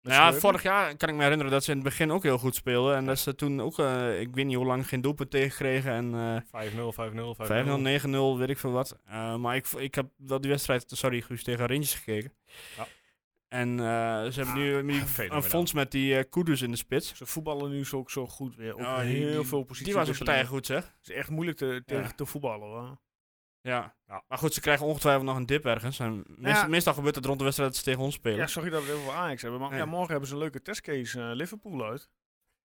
[SPEAKER 1] Met
[SPEAKER 4] nou ja,
[SPEAKER 1] Schreuder?
[SPEAKER 4] vorig jaar kan ik me herinneren dat ze in het begin ook heel goed speelden. En dat ze toen ook, eh, ik weet niet hoe lang, geen doelpunt tegenkregen. En
[SPEAKER 1] Oh,
[SPEAKER 4] eh,
[SPEAKER 5] 5-0, 5-0,
[SPEAKER 4] 5-0, 9-0, weet ik veel wat. Eh, maar ik, v- ik heb wel die wedstrijd, sorry Guus, tegen Rintjes gekeken.
[SPEAKER 5] Ja.
[SPEAKER 4] En eh,
[SPEAKER 1] Ah,
[SPEAKER 4] ze hebben nu een- een
[SPEAKER 5] Ah, fenomenaal.
[SPEAKER 4] fonds met die eh Kudus in de spits.
[SPEAKER 1] Ze voetballen nu zo ook zo goed weer. Op
[SPEAKER 4] Ja, die-
[SPEAKER 1] heel
[SPEAKER 4] die-
[SPEAKER 1] veel posities.
[SPEAKER 4] Die was een partij goed, zeg.
[SPEAKER 1] Het is echt moeilijk te, tegen te voetballen hoor.
[SPEAKER 4] Ja.
[SPEAKER 5] Ja.
[SPEAKER 4] Maar goed, ze krijgen ongetwijfeld nog een dip ergens. En meest- meestal,
[SPEAKER 1] Ja.
[SPEAKER 4] gebeurt het rond de wedstrijd dat ze tegen ons spelen.
[SPEAKER 1] Ja, sorry dat we het over Ajax hebben. Maar
[SPEAKER 4] Nee.
[SPEAKER 1] ja, morgen hebben ze een leuke testcase eh, Liverpool uit.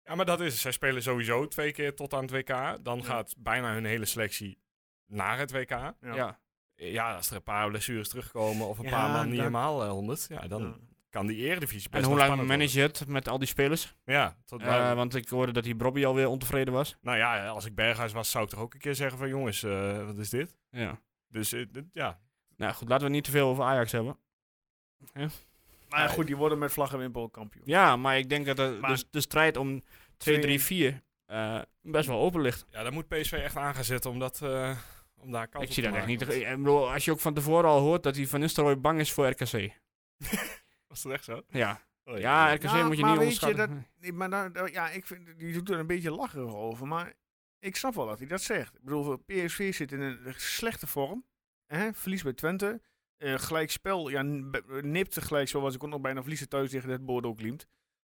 [SPEAKER 5] Ja, maar dat is het. Zij spelen sowieso twee keer tot aan het WK. Dan
[SPEAKER 1] Ja.
[SPEAKER 5] gaat bijna hun hele selectie naar het WK.
[SPEAKER 1] Ja.
[SPEAKER 4] Ja.
[SPEAKER 5] Ja, als er een paar blessures terugkomen of een
[SPEAKER 1] Ja,
[SPEAKER 5] paar man niet
[SPEAKER 1] dat-
[SPEAKER 5] helemaal eh, 100, ja, dan
[SPEAKER 1] Ja.
[SPEAKER 5] kan die eredivisie best
[SPEAKER 4] En hoe
[SPEAKER 5] wel
[SPEAKER 4] lang
[SPEAKER 5] spannend
[SPEAKER 4] manage je het met al die spelers?
[SPEAKER 5] worden. Ja, tot
[SPEAKER 4] Eh,
[SPEAKER 5] waar-
[SPEAKER 4] want ik hoorde dat die Brobby alweer ontevreden was.
[SPEAKER 5] nou ja, als ik Berghuis was, zou ik toch ook een keer zeggen van jongens, eh, wat is dit?
[SPEAKER 4] Ja.
[SPEAKER 5] Dus eh, dit- ja,
[SPEAKER 4] Nou goed, laten we niet te veel over Ajax hebben.
[SPEAKER 1] Maar ja, goed, die worden met vlag en wimpel kampioen.
[SPEAKER 4] Ja, maar ik denk dat de,
[SPEAKER 1] Maar-
[SPEAKER 4] dus de strijd om 2, 3, 4 eh, best wel open ligt.
[SPEAKER 5] ja, daar moet PSV echt aan gaan zetten om, dat, eh, om daar kans
[SPEAKER 4] Ik
[SPEAKER 5] op
[SPEAKER 4] zie
[SPEAKER 5] te
[SPEAKER 4] dat echt niet.
[SPEAKER 5] maken.
[SPEAKER 4] Ik bedoel, als je ook van tevoren al hoort dat die Van Nistelrooy bang is voor RKC.
[SPEAKER 5] Was dat echt zo?
[SPEAKER 4] Ja.
[SPEAKER 1] Oh,
[SPEAKER 4] Ja, RKC
[SPEAKER 1] Ja,
[SPEAKER 4] moet je
[SPEAKER 1] maar
[SPEAKER 4] niet
[SPEAKER 1] weet
[SPEAKER 4] onderschatten.
[SPEAKER 1] je, Nee, maar daar, daar- ja, ik vind, die doet er een beetje lacherig over. Maar ik snap wel dat hij dat zegt. Ik bedoel, PSV zit in een slechte vorm. Hè? Verlies bij Twente. Eh gelijkspel, ja, n- be- nipte gelijkspel, was ik kon nog bijna verliezen thuis tegen dat Bordeaux ook liemt.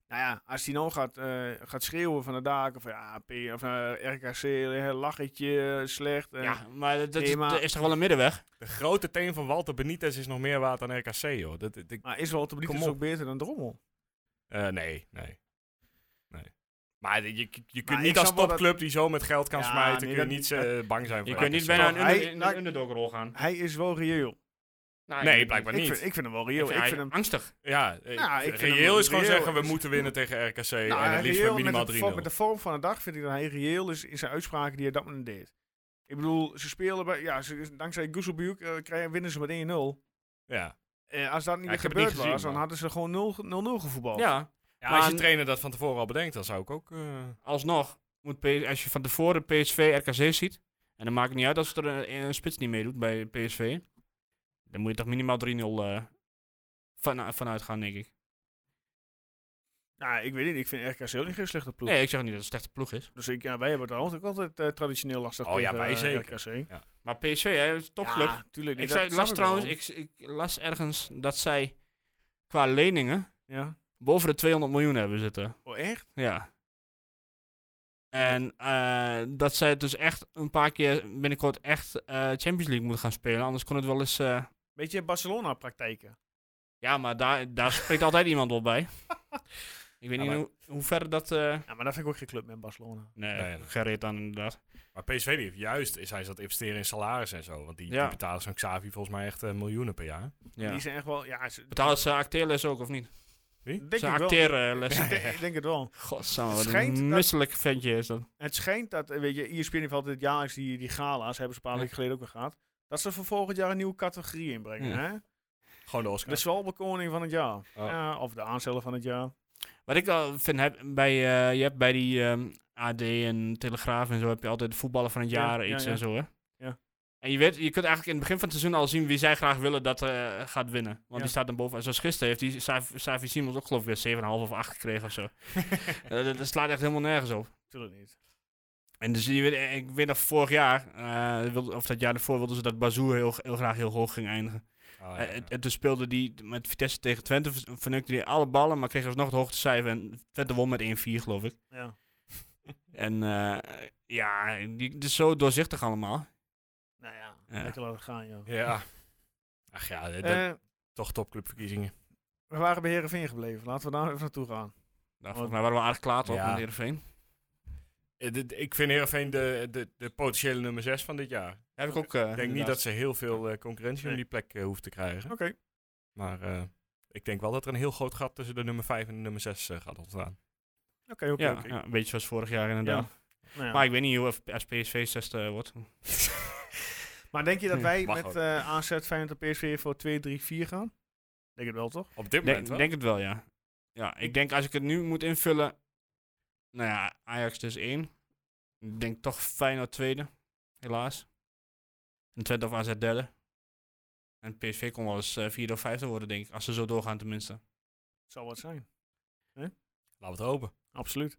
[SPEAKER 1] Nou ja, als hij nou gaat, eh, gaat schreeuwen van de daken van ja, P, of, eh, RKC, eh, lachetje, slecht. eh,
[SPEAKER 4] ja, maar dat, dat
[SPEAKER 1] nee,
[SPEAKER 4] is,
[SPEAKER 1] maar-
[SPEAKER 4] er is toch wel een middenweg?
[SPEAKER 5] De grote teen van Walter Benitez is nog meer waard dan RKC, joh. Dat, dat- ik-
[SPEAKER 1] Maar is wel te
[SPEAKER 5] Kom
[SPEAKER 1] is
[SPEAKER 5] op.
[SPEAKER 1] ook beter dan Drommel.
[SPEAKER 5] eh, nee, nee. Nee. Maar je, je, je kunt
[SPEAKER 1] ik
[SPEAKER 5] niet als
[SPEAKER 1] snap wel dat-
[SPEAKER 5] topclub die zo met geld kan
[SPEAKER 1] Ja,
[SPEAKER 5] smijten,
[SPEAKER 1] nee,
[SPEAKER 5] kun je
[SPEAKER 1] dat-
[SPEAKER 5] niet eh, bang zijn voor
[SPEAKER 4] Je kunt niet
[SPEAKER 5] RKC.
[SPEAKER 4] bijna
[SPEAKER 1] toch?
[SPEAKER 4] een
[SPEAKER 1] Hij-
[SPEAKER 4] under, in
[SPEAKER 1] nou,
[SPEAKER 4] een underdogrol gaan.
[SPEAKER 1] Hij is wel reëel.
[SPEAKER 5] nee,
[SPEAKER 4] Nou, ik-
[SPEAKER 5] blijkbaar
[SPEAKER 4] ik
[SPEAKER 1] Ik
[SPEAKER 5] niet.
[SPEAKER 1] vind, ik vind hem wel
[SPEAKER 4] vind-
[SPEAKER 1] reëel. Ik
[SPEAKER 4] hij
[SPEAKER 1] vind hem,
[SPEAKER 4] angstig.
[SPEAKER 5] Ja,
[SPEAKER 1] Ja, Nou, ik
[SPEAKER 5] eh,
[SPEAKER 1] vind
[SPEAKER 5] reëel
[SPEAKER 1] hem-
[SPEAKER 5] is gewoon
[SPEAKER 1] reëel
[SPEAKER 5] zeggen, we
[SPEAKER 1] is-
[SPEAKER 5] moeten winnen tegen RKC
[SPEAKER 1] Nou,
[SPEAKER 5] en het
[SPEAKER 1] hij
[SPEAKER 5] liefst
[SPEAKER 1] reëel
[SPEAKER 5] met minimaal
[SPEAKER 1] met, het vo-
[SPEAKER 5] 3-0.
[SPEAKER 1] met de vorm van de dag vind ik dat hij reëel is in zijn uitspraken die hij dat moment deed. Ik bedoel, ze spelen bij, ja, ze, dankzij Gooselbuuk eh, krijgen winnen ze met 1-0.
[SPEAKER 5] Ja.
[SPEAKER 1] Eh, als dat niet
[SPEAKER 5] Ja,
[SPEAKER 1] meer
[SPEAKER 5] ik heb het
[SPEAKER 1] gebeurd
[SPEAKER 5] niet gezien,
[SPEAKER 1] was, dan
[SPEAKER 5] maar-
[SPEAKER 1] hadden ze gewoon 0 0-0 gevoetbald.
[SPEAKER 4] Ja,
[SPEAKER 5] Ja,
[SPEAKER 4] Maar
[SPEAKER 5] als je
[SPEAKER 4] een-
[SPEAKER 5] trainer dat van tevoren al bedenkt, dan zou ik ook... eh,
[SPEAKER 4] alsnog. Moet P- als je van tevoren PSV RKC ziet, en dan maakt het niet uit als er een, een spits niet meedoet bij PSV, dan moet je toch minimaal 3-0 eh, van, eh, vanuit gaan, denk ik.
[SPEAKER 1] Nou, ik weet niet, ik vind RKC ook niet geen slechte ploeg.
[SPEAKER 4] Nee, ik zeg niet dat het een slechte ploeg is.
[SPEAKER 1] Dus ik, ja, wij hebben het altijd ook altijd eh, traditioneel lastig
[SPEAKER 5] Oh ja,
[SPEAKER 1] tegen,
[SPEAKER 5] wij
[SPEAKER 1] eh,
[SPEAKER 5] zeker.
[SPEAKER 1] RKC.
[SPEAKER 4] Maar PSV, hè, is een topclub.
[SPEAKER 1] Ja, tuurlijk.
[SPEAKER 4] ik
[SPEAKER 1] dat
[SPEAKER 4] zei,
[SPEAKER 1] snap
[SPEAKER 4] las trouwens,
[SPEAKER 1] wel.
[SPEAKER 4] ik, ik las ergens dat zij qua leningen
[SPEAKER 1] Ja.
[SPEAKER 4] boven de 200 miljoen hebben zitten.
[SPEAKER 1] Oh, echt?
[SPEAKER 4] Ja. En eh, dat zij dus echt een paar keer binnenkort echt eh, Champions League moeten gaan spelen. Anders kon het wel eens... eh,
[SPEAKER 1] Beetje Barcelona-praktijken.
[SPEAKER 4] ja, maar daar, daar spreekt altijd iemand op bij. Ik weet
[SPEAKER 5] Ja,
[SPEAKER 4] niet
[SPEAKER 5] maar-
[SPEAKER 4] hoe, hoe ver dat... eh,
[SPEAKER 1] Ja, maar daar vind ik ook geen club met Barcelona.
[SPEAKER 4] nee,
[SPEAKER 5] Nee, nee.
[SPEAKER 4] geen reet aan inderdaad.
[SPEAKER 5] Maar PSV die heeft juist, is hij zat investeren in salaris en zo. Want die,
[SPEAKER 4] Ja.
[SPEAKER 5] die betalen zo'n Xavi volgens mij echt eh, miljoenen per jaar.
[SPEAKER 4] Ja.
[SPEAKER 1] Die zijn echt wel, ja, ze,
[SPEAKER 4] Betalen ze acteerles ook, of niet?
[SPEAKER 1] denk
[SPEAKER 4] ze
[SPEAKER 1] ik wel.
[SPEAKER 4] acteerles.
[SPEAKER 1] Ik denk- Ik denk het wel.
[SPEAKER 4] Godsamme, wat
[SPEAKER 1] Schijnt dat-
[SPEAKER 4] een misselijk ventje is dat.
[SPEAKER 1] Het schijnt dat, eh, weet je, ESPN heeft altijd jaarlijks die, die gala's, hebben ze een paar
[SPEAKER 4] Ja.
[SPEAKER 1] weken geleden ook weer gehad, dat ze voor volgend jaar een nieuwe categorie inbrengen.
[SPEAKER 4] Ja.
[SPEAKER 1] Hè?
[SPEAKER 5] Gewoon de Oscar.
[SPEAKER 1] De zwalbekoning van het jaar.
[SPEAKER 5] Oh.
[SPEAKER 1] Ja, of de aansteller van het jaar.
[SPEAKER 4] Wat ik al vind, heb, bij, eh, je hebt bij die ehm, AD en Telegraaf en zo heb je altijd de voetballer van het
[SPEAKER 1] Ja,
[SPEAKER 4] jaar
[SPEAKER 1] ja,
[SPEAKER 4] iets
[SPEAKER 1] ja.
[SPEAKER 4] en zo, hè?
[SPEAKER 1] Ja.
[SPEAKER 4] En je, weet, je kunt eigenlijk in het begin van het seizoen al zien wie zij graag willen dat eh, gaat winnen. Want
[SPEAKER 1] Ja.
[SPEAKER 4] die staat dan boven. En zoals gisteren heeft die Sav- Savi Simons ook geloof ik weer 7,5 of 8 gekregen of zo. Eh, dat, dat slaat echt helemaal nergens op.
[SPEAKER 1] Tuurlijk niet.
[SPEAKER 4] En dus je weet, eh, ik weet nog vorig jaar, eh, wilde- of dat jaar ervoor, wilden ze dat Bazoer heel, heel graag heel hoog ging eindigen.
[SPEAKER 5] Ah, ja,
[SPEAKER 4] Eh,
[SPEAKER 5] ja.
[SPEAKER 4] en- En toen speelde die met Vitesse tegen Twente, ver- vernukte die alle ballen, maar kreeg dus nog het hoogste cijfer. En Twente won met 1-4, geloof ik.
[SPEAKER 1] Ja.
[SPEAKER 4] En eh, ja, die, het is zo doorzichtig allemaal.
[SPEAKER 1] Nou ja,
[SPEAKER 4] Ja.
[SPEAKER 1] lekker laten gaan, joh.
[SPEAKER 5] Ja. Ach ja, dat-
[SPEAKER 1] Eh,
[SPEAKER 5] toch topclubverkiezingen.
[SPEAKER 1] we waren bij Heerenveen gebleven. Laten we daar even naartoe gaan.
[SPEAKER 4] Nou, volgens mij waren we aardig klaar toch
[SPEAKER 5] Ja.
[SPEAKER 4] met Heerenveen.
[SPEAKER 5] Eh, dit- Ik vind Heerenveen de, de, de potentiële nummer 6 van dit jaar. Ik
[SPEAKER 4] Heb ik ook... eh,
[SPEAKER 5] denk niet dat ze heel veel eh, concurrentie
[SPEAKER 1] Nee.
[SPEAKER 5] om die plek eh, hoeft te krijgen.
[SPEAKER 1] Oké.
[SPEAKER 5] Maar eh, ik denk wel dat er een heel groot gat tussen de nummer 5 en de nummer 6 eh, gaat ontstaan.
[SPEAKER 1] Oké, oké,
[SPEAKER 4] ja,
[SPEAKER 1] oké.
[SPEAKER 4] ja, een beetje zoals vorig jaar inderdaad.
[SPEAKER 1] Nou ja.
[SPEAKER 4] Maar ik weet niet hoe of als PSV zesde wordt.
[SPEAKER 1] Maar denk je dat wij
[SPEAKER 5] Mag
[SPEAKER 1] met
[SPEAKER 5] ook.
[SPEAKER 1] eh AZ, Feyenoord en PSV voor 2, 3, 4 gaan? Denk het wel, toch?
[SPEAKER 5] Op dit moment
[SPEAKER 4] Denk,
[SPEAKER 5] wel.
[SPEAKER 4] denk het wel, ja. Ja, ik denk als ik het nu moet invullen... Nou ja, Ajax dus één. Ik denk toch Feyenoord tweede, helaas. En Twente of AZ derde. En PSV kon wel eens eh, vierde of vijfde worden, denk ik. Als ze zo doorgaan tenminste.
[SPEAKER 1] Zou wat zijn.
[SPEAKER 5] Laten we het hopen.
[SPEAKER 1] Absoluut.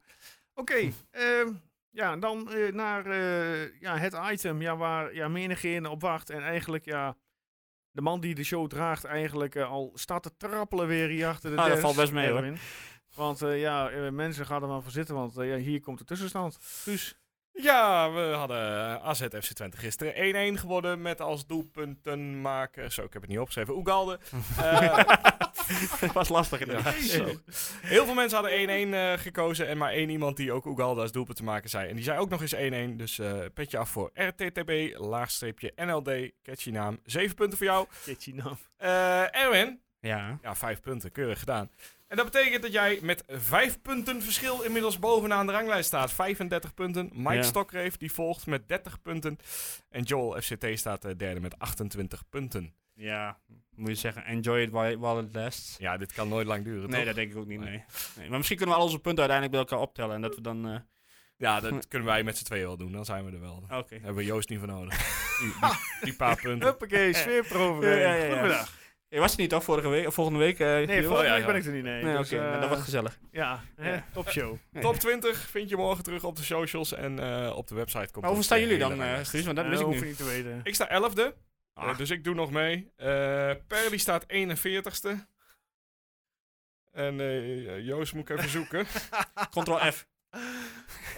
[SPEAKER 1] Oké, ehm, ja, dan eh, naar eh, ja, het item ja, waar ja, menigeen op wacht. En eigenlijk, ja, de man die de show draagt eigenlijk eh, al staat te trappelen weer hier achter de
[SPEAKER 4] Ah, dat
[SPEAKER 1] desk,
[SPEAKER 4] valt best mee, hoor.
[SPEAKER 1] Erwin. Want eh, ja, eh, mensen gaan er maar voor zitten, want eh, ja, hier komt de tussenstand. Guus,
[SPEAKER 5] Ja, we hadden AZ FC Twente gisteren 1-1 geworden met als doelpuntenmaker... Zo, ik heb het niet opgeschreven. Oegalde. Eh,
[SPEAKER 4] was lastig
[SPEAKER 5] Ja, zo. Heel veel mensen hadden 1-1 eh, gekozen en maar één iemand die ook Ugalda als doelpunt te maken zei. En die zei ook nog eens 1-1, dus eh, petje af voor RTTB, laagstreepje NLD, catchy naam. Zeven punten voor jou.
[SPEAKER 1] Kitty nam.
[SPEAKER 5] Eh, Erwin,
[SPEAKER 4] Ja.
[SPEAKER 5] ja, vijf punten, keurig gedaan. En dat betekent dat jij met vijf punten verschil inmiddels bovenaan de ranglijst staat. 35 punten. Mike
[SPEAKER 4] Ja.
[SPEAKER 5] Stokreef die volgt met 30 punten. En Joel FCT staat eh, derde met 28 punten.
[SPEAKER 4] Ja, moet je zeggen. Enjoy it while, while it lasts.
[SPEAKER 5] Ja, dit kan nooit lang duren,
[SPEAKER 4] Nee,
[SPEAKER 5] toch?
[SPEAKER 4] dat denk ik ook niet,
[SPEAKER 5] Nee.
[SPEAKER 4] nee. nee. Maar misschien kunnen we al onze punten uiteindelijk bij elkaar optellen. En dat we dan... eh,
[SPEAKER 5] Ja, dat kunnen wij met z'n tweeën wel doen. Dan zijn we er wel.
[SPEAKER 4] Oké.
[SPEAKER 5] Daar hebben we Joost niet voor nodig. Die, die- die paar punten.
[SPEAKER 1] Huppakee, sfeer eroverheen.
[SPEAKER 4] Ja, ja, ja, ja.
[SPEAKER 1] Goedemiddag.
[SPEAKER 4] Eh, Je was er niet toch vorige week, volgende week? eh,
[SPEAKER 1] Nee,
[SPEAKER 4] Giel?
[SPEAKER 1] volgende
[SPEAKER 5] ja,
[SPEAKER 1] week
[SPEAKER 5] ja.
[SPEAKER 1] ben ik er niet, nee.
[SPEAKER 4] Nee,
[SPEAKER 1] Dus,
[SPEAKER 4] oké. nou,
[SPEAKER 1] eh,
[SPEAKER 4] dat wordt gezellig.
[SPEAKER 1] Ja, hè, topshow.
[SPEAKER 5] Top 20 vind je morgen terug op de socials en eh, op de website. Komt
[SPEAKER 4] Maar hoeveel
[SPEAKER 5] dat,
[SPEAKER 4] staan
[SPEAKER 5] eh,
[SPEAKER 4] jullie
[SPEAKER 5] heel
[SPEAKER 4] dan,
[SPEAKER 5] erg.
[SPEAKER 4] eh Guus? Want dat
[SPEAKER 1] Eh,
[SPEAKER 4] mis ik
[SPEAKER 1] hoef
[SPEAKER 4] nu.
[SPEAKER 1] je niet te weten.
[SPEAKER 5] ik sta 11e, eh,
[SPEAKER 4] Ah.
[SPEAKER 5] dus ik doe nog mee. Eh Perly staat 41ste. En eh, Joost moet ik even zoeken.
[SPEAKER 4] Ctrl F.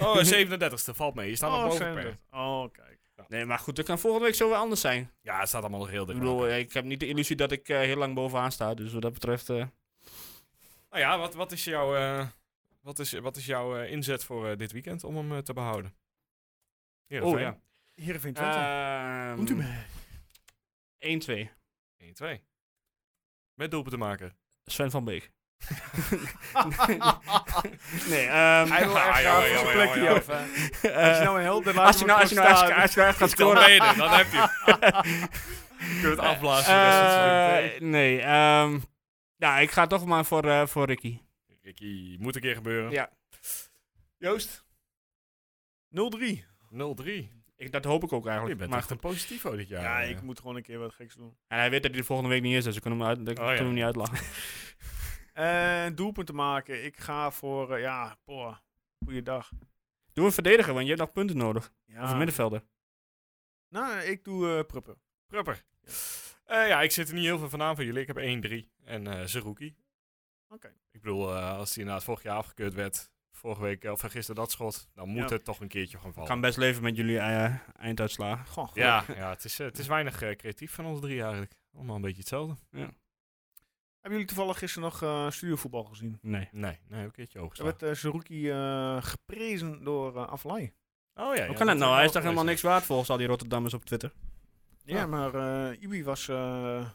[SPEAKER 5] Oh, 37ste, valt mee. Je staat nog
[SPEAKER 1] Oh,
[SPEAKER 5] boven
[SPEAKER 1] zijn
[SPEAKER 5] Per.
[SPEAKER 1] dat. Oh, kijk.
[SPEAKER 4] Nee, maar goed, dat kan volgende week zo weer anders zijn.
[SPEAKER 5] Ja, het staat allemaal nog heel
[SPEAKER 4] Ik
[SPEAKER 5] dik.
[SPEAKER 4] bedoel,
[SPEAKER 1] Ah.
[SPEAKER 4] eh, ik heb niet de illusie dat ik eh, heel lang bovenaan sta. Dus wat dat betreft...
[SPEAKER 1] Ehm,
[SPEAKER 4] eh,
[SPEAKER 5] Nou ja, wat, wat is jouw, eh, wat is, wat is jouw eh, inzet voor eh, dit weekend om hem eh, te behouden? Heerenveen.
[SPEAKER 4] Oh, ja.
[SPEAKER 1] Heerenveen Twente.
[SPEAKER 4] ehm,
[SPEAKER 1] Komt u mee?
[SPEAKER 4] 1-2.
[SPEAKER 5] 1-2. Met doelpunt te maken.
[SPEAKER 4] Sven van Beek.
[SPEAKER 1] ehm, Eh,
[SPEAKER 4] nee, ehm,
[SPEAKER 1] Hij wil
[SPEAKER 5] Ja,
[SPEAKER 1] echt graag
[SPEAKER 5] ja, ja,
[SPEAKER 1] van zijn
[SPEAKER 5] ja,
[SPEAKER 1] plekje
[SPEAKER 5] ja.
[SPEAKER 1] af. hè.
[SPEAKER 4] eh,
[SPEAKER 1] Als je nou een helpt, dan laat
[SPEAKER 4] als je
[SPEAKER 1] hem
[SPEAKER 4] nou,
[SPEAKER 1] ook
[SPEAKER 4] als je
[SPEAKER 1] gewoon
[SPEAKER 4] nou, als je,
[SPEAKER 1] staan.
[SPEAKER 4] als je nou echt gaat
[SPEAKER 5] Dan
[SPEAKER 4] scoren...
[SPEAKER 5] ben je er, dan heb je hem. Je kunt het afblazen. de rest van het seizoen.
[SPEAKER 4] Eh, nee, ehm, ja, ik ga toch maar voor, eh, voor Ricky.
[SPEAKER 5] Ricky, moet een keer gebeuren.
[SPEAKER 4] Ja.
[SPEAKER 5] Joost,
[SPEAKER 1] 0-3.
[SPEAKER 5] 0-3. Je
[SPEAKER 4] Ik, dat hoop ik ook eigenlijk.
[SPEAKER 5] bent
[SPEAKER 4] maar
[SPEAKER 5] echt een positivo dit jaar.
[SPEAKER 1] Ja,
[SPEAKER 5] eh.
[SPEAKER 1] ik moet gewoon een keer wat geks doen.
[SPEAKER 4] goed. En hij weet dat hij de volgende week niet is, dus we kunnen hem,
[SPEAKER 1] Oh,
[SPEAKER 4] uit, dat
[SPEAKER 5] ja.
[SPEAKER 4] kunnen we hem niet uitlachen.
[SPEAKER 1] En Eh, doelpunten maken. Ik ga voor, eh, ja, boah, goeiedag.
[SPEAKER 4] Doe een verdediger, want je hebt nog punten nodig. Of een
[SPEAKER 1] Ja.
[SPEAKER 4] middenvelder.
[SPEAKER 1] Nou, ik doe eh Pruppen.
[SPEAKER 5] Prupper. Eh, ja, ik zit er niet heel veel van aan van jullie. Ik heb 1-3 en eh Zerouki.
[SPEAKER 1] Oké.
[SPEAKER 5] Ik bedoel, eh, als die inderdaad vorig jaar afgekeurd werd, vorige week eh, of gisteren dat schot, dan moet
[SPEAKER 1] Ja.
[SPEAKER 5] het toch een keertje gaan
[SPEAKER 4] Ik
[SPEAKER 5] vallen.
[SPEAKER 4] kan best leven met jullie eh, einduitslagen.
[SPEAKER 1] Goh, goed.
[SPEAKER 5] Ja, ja het, is, eh, het is weinig eh, creatief van ons drie eigenlijk. Allemaal een beetje hetzelfde.
[SPEAKER 1] Hebben jullie toevallig gisteren nog eh studiovoetbal gezien?
[SPEAKER 4] Nee.
[SPEAKER 5] Nee, nee, een keertje
[SPEAKER 1] Er
[SPEAKER 5] oogst.
[SPEAKER 1] werd eh Zerouki eh, geprezen door eh Aflaai.
[SPEAKER 5] Oh ja.
[SPEAKER 4] Hoe kan dat nou? Hij is toch helemaal niks waard volgens al die Rotterdammers op Twitter.
[SPEAKER 1] Ja,
[SPEAKER 5] Ja.
[SPEAKER 1] maar eh, Ibi was, eh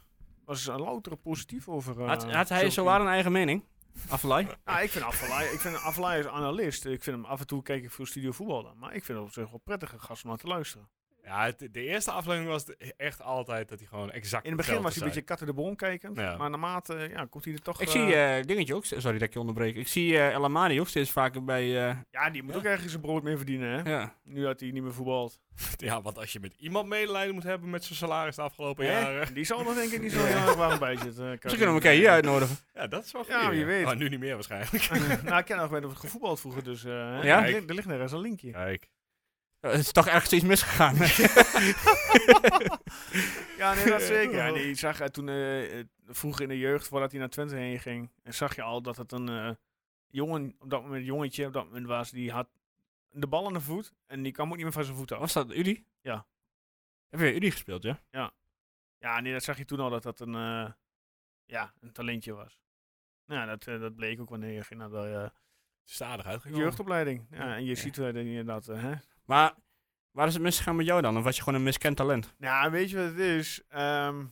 [SPEAKER 1] was eh, louter positief over. eh,
[SPEAKER 4] had, had hij
[SPEAKER 1] Zerouki.
[SPEAKER 4] zo waar een eigen mening? Aflaai?
[SPEAKER 1] Ah, ik vind Aflaai, ik vind Aflaai als analist. Ik vind hem af en toe kijk ik veel studiovoetbal dan. Maar ik vind hem op zich wel prettige gast om naar te luisteren.
[SPEAKER 5] Ja, het- de eerste aflevering was de- echt altijd dat hij gewoon exact
[SPEAKER 1] In het begin was hij
[SPEAKER 5] hetzelfde
[SPEAKER 1] een beetje katten de bon kijkend.
[SPEAKER 5] Ja.
[SPEAKER 1] Maar naarmate eh, ja, komt hij er toch.
[SPEAKER 4] Ik
[SPEAKER 1] eh,
[SPEAKER 4] zie eh, dingetje ook, sorry dat ik je onderbreek. Ik zie eh El Amadi ook steeds vaker bij. eh,
[SPEAKER 1] Ja, die moet ook ergens zijn brood mee verdienen, hè?
[SPEAKER 4] ja.
[SPEAKER 1] Nu dat hij niet meer voetbalt.
[SPEAKER 5] zei. Ja, want als je met iemand medelijden moet hebben met zijn salaris de afgelopen
[SPEAKER 4] Hè?
[SPEAKER 5] jaren.
[SPEAKER 1] Die zal er denk ik niet zo heel erg warm bij zitten. eh,
[SPEAKER 4] Misschien
[SPEAKER 1] Karim.
[SPEAKER 4] kunnen we elkaar hier uitnodigen.
[SPEAKER 5] Ja, dat is wel
[SPEAKER 1] Ja,
[SPEAKER 5] goed.
[SPEAKER 1] wie weet.
[SPEAKER 5] Maar nu niet meer waarschijnlijk.
[SPEAKER 1] nou, ik ken nog met gevoetbald vroeger, dus eh, hè,
[SPEAKER 4] Ja?
[SPEAKER 1] er, ligt- er ligt nergens een linkje. Ja,
[SPEAKER 5] Kijk.
[SPEAKER 4] Eh, het is toch ergens iets misgegaan.
[SPEAKER 1] nee, dat zeker. Ja, nee, ik zag eh, toen eh, eh, vroeg in de jeugd, voordat hij naar Twente heen ging, en zag je al dat het een eh, jongen, op dat moment een jongetje, op dat moment was, die had de bal aan de voet en die kwam ook niet meer van zijn voet af.
[SPEAKER 4] Was dat Udi?
[SPEAKER 1] Ja.
[SPEAKER 4] Heb je Udi gespeeld, ja?
[SPEAKER 1] Ja, nee, dat zag je toen al dat dat een, eh, ja, een talentje was. Nou, dat, eh, dat bleek ook wanneer je ging naar de eh,
[SPEAKER 5] Stadig uitgekomen.
[SPEAKER 1] jeugdopleiding. Ja, en je ziet eh, dat inderdaad, eh, hè,
[SPEAKER 4] Maar waar is het misgegaan met jou dan? Of was je gewoon een miskend talent?
[SPEAKER 1] Nou, weet je wat het is? Ehm,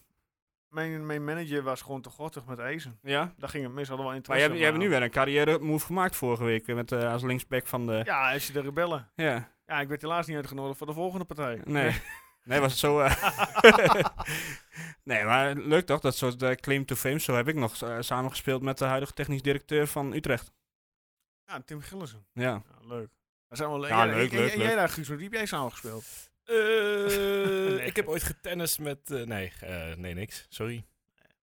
[SPEAKER 1] mijn, mijn manager was gewoon te gortig met eisen.
[SPEAKER 4] Ja.
[SPEAKER 1] Daar ging het meestal wel in
[SPEAKER 4] Maar jij, jij hebt nu weer een carrière move gemaakt vorige week eh, met, eh, als linksback van de.
[SPEAKER 1] Ja, als je de rebellen.
[SPEAKER 4] Ja.
[SPEAKER 1] Ja, ik werd helaas niet uitgenodigd voor de volgende partij.
[SPEAKER 4] Nee. Nee, was het zo. eh, nee, maar leuk toch? Dat soort eh, claim to fame. Zo heb ik nog eh, samengespeeld met de huidige technisch directeur van Utrecht.
[SPEAKER 1] Ja, Tim Gillissen.
[SPEAKER 4] Ja.
[SPEAKER 1] Ja, leuk. Dat zijn wel leuk.
[SPEAKER 4] Ja,
[SPEAKER 1] jij,
[SPEAKER 4] leuk,
[SPEAKER 1] en-
[SPEAKER 4] leuk,
[SPEAKER 1] en
[SPEAKER 4] leuk.
[SPEAKER 1] jij daar, Guus, met wie heb jij samengespeeld?
[SPEAKER 5] Eh,
[SPEAKER 1] Nee.
[SPEAKER 5] Ik heb ooit getennist met... eh, nee, eh, nee, niks. Sorry.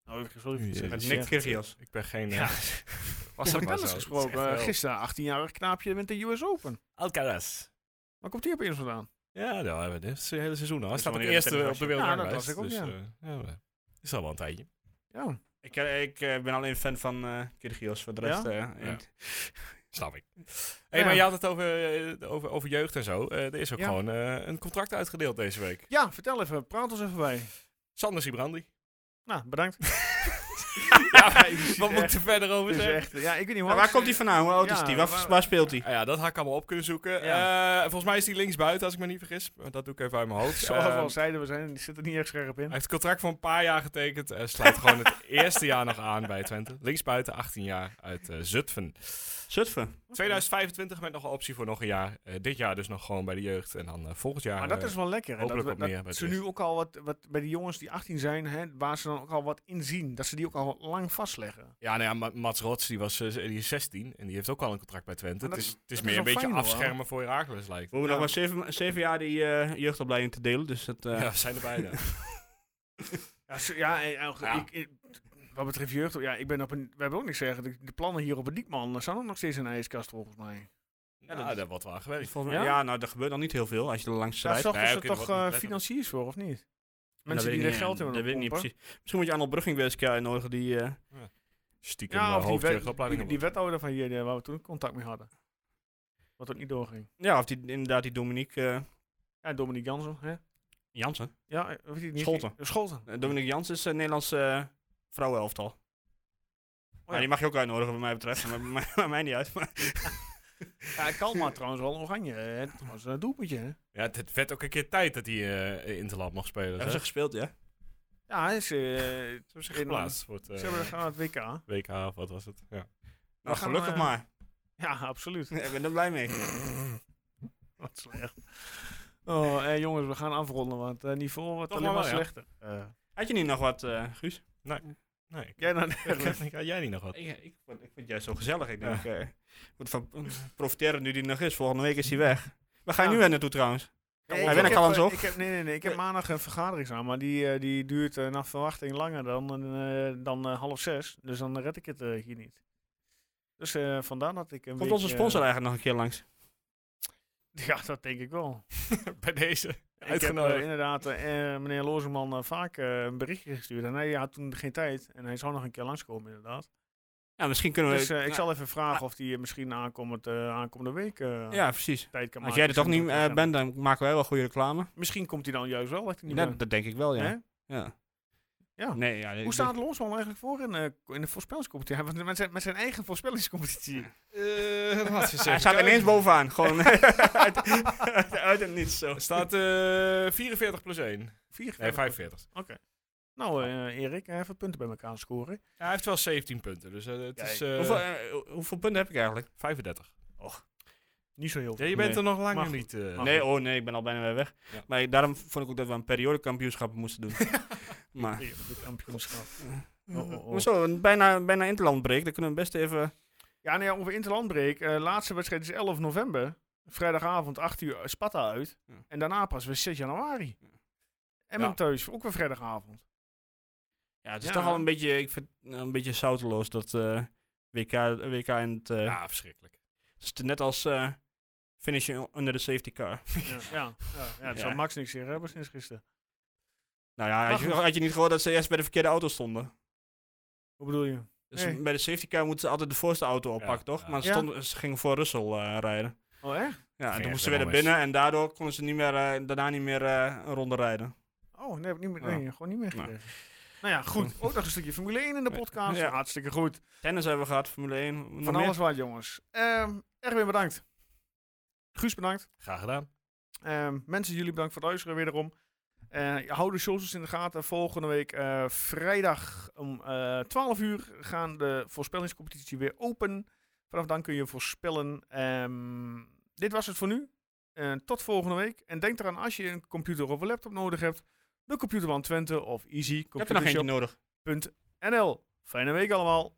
[SPEAKER 5] Nou,
[SPEAKER 1] Oh, ik sorry.
[SPEAKER 5] Jezus.
[SPEAKER 1] Met
[SPEAKER 5] Met
[SPEAKER 1] Nick.
[SPEAKER 5] Nick.
[SPEAKER 4] Kyrgios.
[SPEAKER 5] Ik ben geen... eh,
[SPEAKER 1] Ja.
[SPEAKER 5] was
[SPEAKER 1] Heb
[SPEAKER 5] dat
[SPEAKER 1] ik wel
[SPEAKER 5] maar zo.
[SPEAKER 1] eens
[SPEAKER 5] Het is
[SPEAKER 1] gesproken.
[SPEAKER 5] echt
[SPEAKER 1] Eh,
[SPEAKER 5] wel-
[SPEAKER 1] gisteren, 18-jarig knaapje, met de US Open.
[SPEAKER 5] Alcaraz.
[SPEAKER 1] Waar komt die opeens vandaan?
[SPEAKER 5] Ja, daar hebben we dit is het hele seizoen al. Hij
[SPEAKER 4] Dat
[SPEAKER 5] staat
[SPEAKER 4] is
[SPEAKER 5] de
[SPEAKER 4] wel een
[SPEAKER 5] eerste
[SPEAKER 4] eerder
[SPEAKER 5] op de
[SPEAKER 4] tennisje.
[SPEAKER 5] wereldranglijst.
[SPEAKER 1] Ja, dat was ik ook,
[SPEAKER 5] dus, eh, ja, maar is al wel een tijdje.
[SPEAKER 1] Ja.
[SPEAKER 4] Ik, eh, ik eh, ben alleen fan van eh Kyrgios, voor de rest. eh,
[SPEAKER 5] Ja.
[SPEAKER 4] niet.
[SPEAKER 5] Snap ik. hey,
[SPEAKER 1] Ja.
[SPEAKER 5] maar je had het over, eh, over, over jeugd en zo. Eh, er is ook
[SPEAKER 1] Ja.
[SPEAKER 5] gewoon eh, een contract uitgedeeld deze week.
[SPEAKER 1] ja, vertel even. Praat ons even bij.
[SPEAKER 5] Sander Sibrandi.
[SPEAKER 1] Nou, bedankt.
[SPEAKER 5] ja,
[SPEAKER 1] is
[SPEAKER 5] wat moet ik
[SPEAKER 1] echt-
[SPEAKER 5] er verder over
[SPEAKER 1] Dus
[SPEAKER 5] zeggen?
[SPEAKER 1] echt, eh, ja, ik weet niet hoe
[SPEAKER 4] Maar
[SPEAKER 1] oud
[SPEAKER 4] waar
[SPEAKER 1] ze-
[SPEAKER 4] komt hij vandaan? Hoe oud
[SPEAKER 1] Ja,
[SPEAKER 4] is hij? Waar,
[SPEAKER 1] waar-
[SPEAKER 4] waar speelt hij?
[SPEAKER 5] Ah ja, dat had ik allemaal op kunnen zoeken.
[SPEAKER 1] Ja.
[SPEAKER 5] Eh, volgens mij is hij linksbuiten, als ik me niet vergis. Maar dat doe ik even uit mijn hoofd.
[SPEAKER 1] Zoals we
[SPEAKER 5] Ehm,
[SPEAKER 1] al zeiden, we zijn, zitten er niet echt scherp in.
[SPEAKER 5] Hij heeft het contract voor een paar jaar getekend. eh sluit gewoon het eerste jaar nog aan bij Twente. Linksbuiten, 18 jaar, uit eh, Zutphen.
[SPEAKER 4] Zutphen.
[SPEAKER 5] 2025 met nog een optie voor nog een jaar. Eh, dit jaar dus nog gewoon bij de jeugd. En dan eh, volgend jaar...
[SPEAKER 1] Maar dat
[SPEAKER 5] eh,
[SPEAKER 1] is wel lekker. Hè? Dat,
[SPEAKER 5] hopelijk
[SPEAKER 1] we-
[SPEAKER 5] wat
[SPEAKER 1] dat
[SPEAKER 5] meer bij het
[SPEAKER 1] ze
[SPEAKER 5] eerst.
[SPEAKER 1] nu ook al wat, wat bij die jongens die 18 zijn, hè, waar ze dan ook al wat in zien. Dat ze die ook al wat lang vastleggen.
[SPEAKER 5] Ja, nou ja, Ma- Mats Rots die was, eh, die is 16 en die heeft ook al een contract bij Twente.
[SPEAKER 1] Maar dat
[SPEAKER 5] Het is,
[SPEAKER 1] is-
[SPEAKER 5] het is
[SPEAKER 1] dat
[SPEAKER 5] meer
[SPEAKER 1] is
[SPEAKER 5] een
[SPEAKER 1] wel
[SPEAKER 5] beetje
[SPEAKER 1] fijn, hoor.
[SPEAKER 5] afschermen voor Herakles lijkt.
[SPEAKER 4] We hebben
[SPEAKER 1] Ja.
[SPEAKER 4] nog maar zeven, zeven jaar die eh, jeugdopleiding te delen, dus dat... eh,
[SPEAKER 5] Ja, we zijn er bijna.
[SPEAKER 1] Ja, zo- ja, en- en-
[SPEAKER 5] Ja.
[SPEAKER 1] Ik, ik- wat betreft jeugd, ja, ik ben op een, we hebben ook niks zeggen. De, de plannen hier op het Diekman eh, staan ook nog steeds in de ijskast volgens mij.
[SPEAKER 5] Ja, dat daar wordt wel aan gewerkt.
[SPEAKER 4] Volgens mij,
[SPEAKER 1] Ja?
[SPEAKER 4] ja? nou, er gebeurt nog niet heel veel als je er langs
[SPEAKER 1] Daar
[SPEAKER 4] rijdt.
[SPEAKER 1] zorgen
[SPEAKER 5] Nee,
[SPEAKER 1] ze
[SPEAKER 5] oké, er
[SPEAKER 1] toch
[SPEAKER 5] wordt niet
[SPEAKER 1] eh,
[SPEAKER 5] gelet op.
[SPEAKER 1] financiers voor, of niet?
[SPEAKER 4] Ja, dat
[SPEAKER 1] Mensen die
[SPEAKER 4] weet
[SPEAKER 1] er
[SPEAKER 4] ik
[SPEAKER 1] geld
[SPEAKER 4] niet.
[SPEAKER 1] in
[SPEAKER 4] Dat
[SPEAKER 1] willen
[SPEAKER 4] weet ik niet
[SPEAKER 1] pompen.
[SPEAKER 4] precies. Misschien moet je Arnold Brugging weer eens een keer uitnodigen. Die, eh,
[SPEAKER 5] Stiekem eh,
[SPEAKER 1] Ja,
[SPEAKER 5] ja,
[SPEAKER 1] of die, wet-
[SPEAKER 5] hoofdjeugdopleiding.
[SPEAKER 1] die, die wethouder van hier, eh, waar we toen contact mee hadden. Wat ook niet doorging.
[SPEAKER 4] ja, of die, inderdaad die Dominique eh,
[SPEAKER 1] Ja, Dominique Jansen, hè?
[SPEAKER 4] Jansen.
[SPEAKER 1] Ja, eh, weet ik niet.
[SPEAKER 4] Scholten.
[SPEAKER 1] Eh, Scholten.
[SPEAKER 4] Eh, Dominique Jansen is eh, Nederlands Nederlandse vrouwenelftal.
[SPEAKER 1] Oh, ja.
[SPEAKER 4] Ja, die mag je ook uitnodigen, wat mij betreft. maar maar- maar mij niet uit. Maar
[SPEAKER 1] Ja, Kalmar trouwens wel een oranje. hè. Dat was een doelpuntje, hè?
[SPEAKER 5] Ja, het werd ook een keer tijd dat hij eh Interland mocht spelen.
[SPEAKER 4] hebben
[SPEAKER 5] hè?
[SPEAKER 4] ze gespeeld, ja?
[SPEAKER 1] Ja, hij is... eh,
[SPEAKER 5] Ze hebben zich
[SPEAKER 1] in-
[SPEAKER 5] geplaatst voor het
[SPEAKER 1] Ze
[SPEAKER 5] eh,
[SPEAKER 1] hebben gaan naar het WK.
[SPEAKER 5] WK of wat was het? Ja.
[SPEAKER 1] gaan,
[SPEAKER 4] Nou, gelukkig
[SPEAKER 1] eh,
[SPEAKER 4] maar.
[SPEAKER 1] Ja, absoluut.
[SPEAKER 4] ik ben er blij mee.
[SPEAKER 1] Wat slecht. Oh, eh, jongens, we gaan afronden, want eh, niveau wordt
[SPEAKER 5] Toch
[SPEAKER 1] alleen maar
[SPEAKER 5] maar wel, ja.
[SPEAKER 1] slechter.
[SPEAKER 4] Had je niet nog wat, eh, Guus?
[SPEAKER 5] Nee, ik,
[SPEAKER 1] Eh, Jij nou dan?
[SPEAKER 5] ik- had jij niet nog wat?
[SPEAKER 4] Ik, eh, ik, vond, ik vond het juist zo gezellig. Ik denk, eh, moet van profiteren nu die er nog is. Volgende week is hij weg. Waar ga je
[SPEAKER 1] Ja.
[SPEAKER 4] nu weer naartoe trouwens?
[SPEAKER 1] Nee,
[SPEAKER 4] Hij
[SPEAKER 1] ik
[SPEAKER 4] weet
[SPEAKER 1] heb,
[SPEAKER 4] ook al
[SPEAKER 1] eh,
[SPEAKER 4] eens op.
[SPEAKER 1] Ik heb, nee, nee, nee. Ik heb maandag een vergadering aan, maar die, eh, die duurt eh, naar verwachting langer dan, eh, dan eh, half zes. Dus dan red ik het eh, hier niet. Dus eh, vandaar dat ik een
[SPEAKER 4] Komt
[SPEAKER 1] week,
[SPEAKER 4] onze
[SPEAKER 1] eh,
[SPEAKER 4] sponsor eigenlijk nog een keer langs?
[SPEAKER 1] ja, dat denk ik wel.
[SPEAKER 5] Bij deze.
[SPEAKER 1] Ik heb eh,
[SPEAKER 5] Uitgenodigd.
[SPEAKER 1] inderdaad eh, eh, meneer Lozeman eh, vaak eh, een berichtje gestuurd. En hij had toen geen tijd. En hij zou nog een keer langskomen, inderdaad.
[SPEAKER 4] Ja, misschien kunnen we...
[SPEAKER 1] Dus eh, ik
[SPEAKER 4] nou,
[SPEAKER 1] zal even vragen of hij eh, misschien aankomend, eh, aankomende week eh,
[SPEAKER 4] Ja, precies.
[SPEAKER 1] tijd kan maken.
[SPEAKER 4] Als jij er toch niet
[SPEAKER 1] Misschien
[SPEAKER 4] eh,
[SPEAKER 1] dat-
[SPEAKER 4] bent, dan maken wij wel goede reclame.
[SPEAKER 1] Misschien komt hij dan juist wel. Dat ik er niet
[SPEAKER 4] Ja,
[SPEAKER 1] ben.
[SPEAKER 4] dat denk ik wel,
[SPEAKER 1] Hè?
[SPEAKER 4] ja. Ja.
[SPEAKER 1] Ja.
[SPEAKER 4] Nee, ja, ik-
[SPEAKER 1] Hoe staat Loosman eigenlijk voor in, eh, in de voorspellingscompetitie? Hij was met zijn, met zijn eigen voorspellingscompetitie.
[SPEAKER 4] Hij staat ineens bovenaan. Gewoon uit, uit, uit het niets. Zo.
[SPEAKER 5] Er staat eh 44 plus 1.
[SPEAKER 1] 44.
[SPEAKER 5] Nee, 45.
[SPEAKER 1] Nou, eh, Erik, eh, even punten bij elkaar scoren.
[SPEAKER 5] Ja, hij heeft wel 17 punten, dus eh, het
[SPEAKER 1] Kijk.
[SPEAKER 5] is eh,
[SPEAKER 4] hoeveel, eh, hoeveel punten heb ik eigenlijk?
[SPEAKER 5] 35.
[SPEAKER 1] Niet zo heel
[SPEAKER 5] Ja,
[SPEAKER 1] veel.
[SPEAKER 5] je bent
[SPEAKER 4] Nee.
[SPEAKER 5] er nog langer
[SPEAKER 1] Maar
[SPEAKER 5] niet. eh,
[SPEAKER 1] Maar-
[SPEAKER 4] Nee, oh nee, ik ben al bijna weer weg.
[SPEAKER 5] Ja.
[SPEAKER 4] Maar ik- daarom vond ik ook dat we een periodekampioenschap moesten doen. maar,
[SPEAKER 1] Nee, op dit kampioenschap. Oh, oh, oh.
[SPEAKER 4] maar zo, een bijna, bijna interlandbreek, dan kunnen we best even...
[SPEAKER 1] Ja, nee, over interlandbreek. eh laatste wedstrijd is 11 november. Vrijdagavond 8 uur eh, Sparta uit.
[SPEAKER 4] Ja.
[SPEAKER 1] En daarna pas weer 6 januari. En
[SPEAKER 5] Ja.
[SPEAKER 1] thuis, ook weer vrijdagavond.
[SPEAKER 4] Ja, het is
[SPEAKER 1] Ja.
[SPEAKER 4] toch wel een beetje, ik vind, eh, een beetje zouteloos dat eh, WK, WK in het... eh,
[SPEAKER 5] Ja, verschrikkelijk.
[SPEAKER 4] het is net als eh finishing under the safety car.
[SPEAKER 1] ja, ja, ja, ja, daar
[SPEAKER 4] Ja.
[SPEAKER 1] zou Max niks zeggen hebben sinds gisteren.
[SPEAKER 4] Nou ja,
[SPEAKER 1] Maar
[SPEAKER 4] had je, had je niet gehoord dat ze eerst bij de verkeerde auto stonden?
[SPEAKER 1] Hoe bedoel je?
[SPEAKER 4] Dus
[SPEAKER 1] Nee.
[SPEAKER 4] bij de safety car moeten ze altijd de voorste auto oppakken, toch?
[SPEAKER 5] ja.
[SPEAKER 4] Maar ze,
[SPEAKER 1] Ja.
[SPEAKER 4] stonden, ze gingen voor Russell eh, rijden.
[SPEAKER 1] Oh, echt?
[SPEAKER 4] Ja, en
[SPEAKER 5] echt
[SPEAKER 4] toen moesten ze
[SPEAKER 5] wel
[SPEAKER 4] weer naar
[SPEAKER 5] mis.
[SPEAKER 4] binnen en daardoor konden ze niet meer, eh, daarna niet meer eh, een ronde rijden.
[SPEAKER 1] Oh, nee, heb ik niet meer,
[SPEAKER 4] Ja.
[SPEAKER 1] nee, gewoon niet meer
[SPEAKER 4] Nou.
[SPEAKER 1] gekregen. Nou ja, goed. Ook nog een stukje Formule 1 in de podcast.
[SPEAKER 4] Ja.
[SPEAKER 1] Hartstikke goed.
[SPEAKER 4] Tennis hebben we gehad, Formule 1. nog
[SPEAKER 1] Van
[SPEAKER 4] meer?
[SPEAKER 1] alles wat, jongens. Ehm Erwin, bedankt. Guus, bedankt.
[SPEAKER 5] Graag gedaan.
[SPEAKER 1] Ehm, mensen, jullie bedankt voor het luisteren wederom. Eh hou de socials in de gaten. Volgende week eh, vrijdag om eh 12 uur gaan de voorspellingscompetitie weer open. Vanaf dan kun je voorspellen. Ehm, dit was het voor nu. Eh, tot volgende week. En denk eraan als je een computer of een laptop nodig hebt. De computer van Twente of Easy
[SPEAKER 4] Ik heb er nog eentje nodig.
[SPEAKER 1] Computershop.nl. Fijne week allemaal.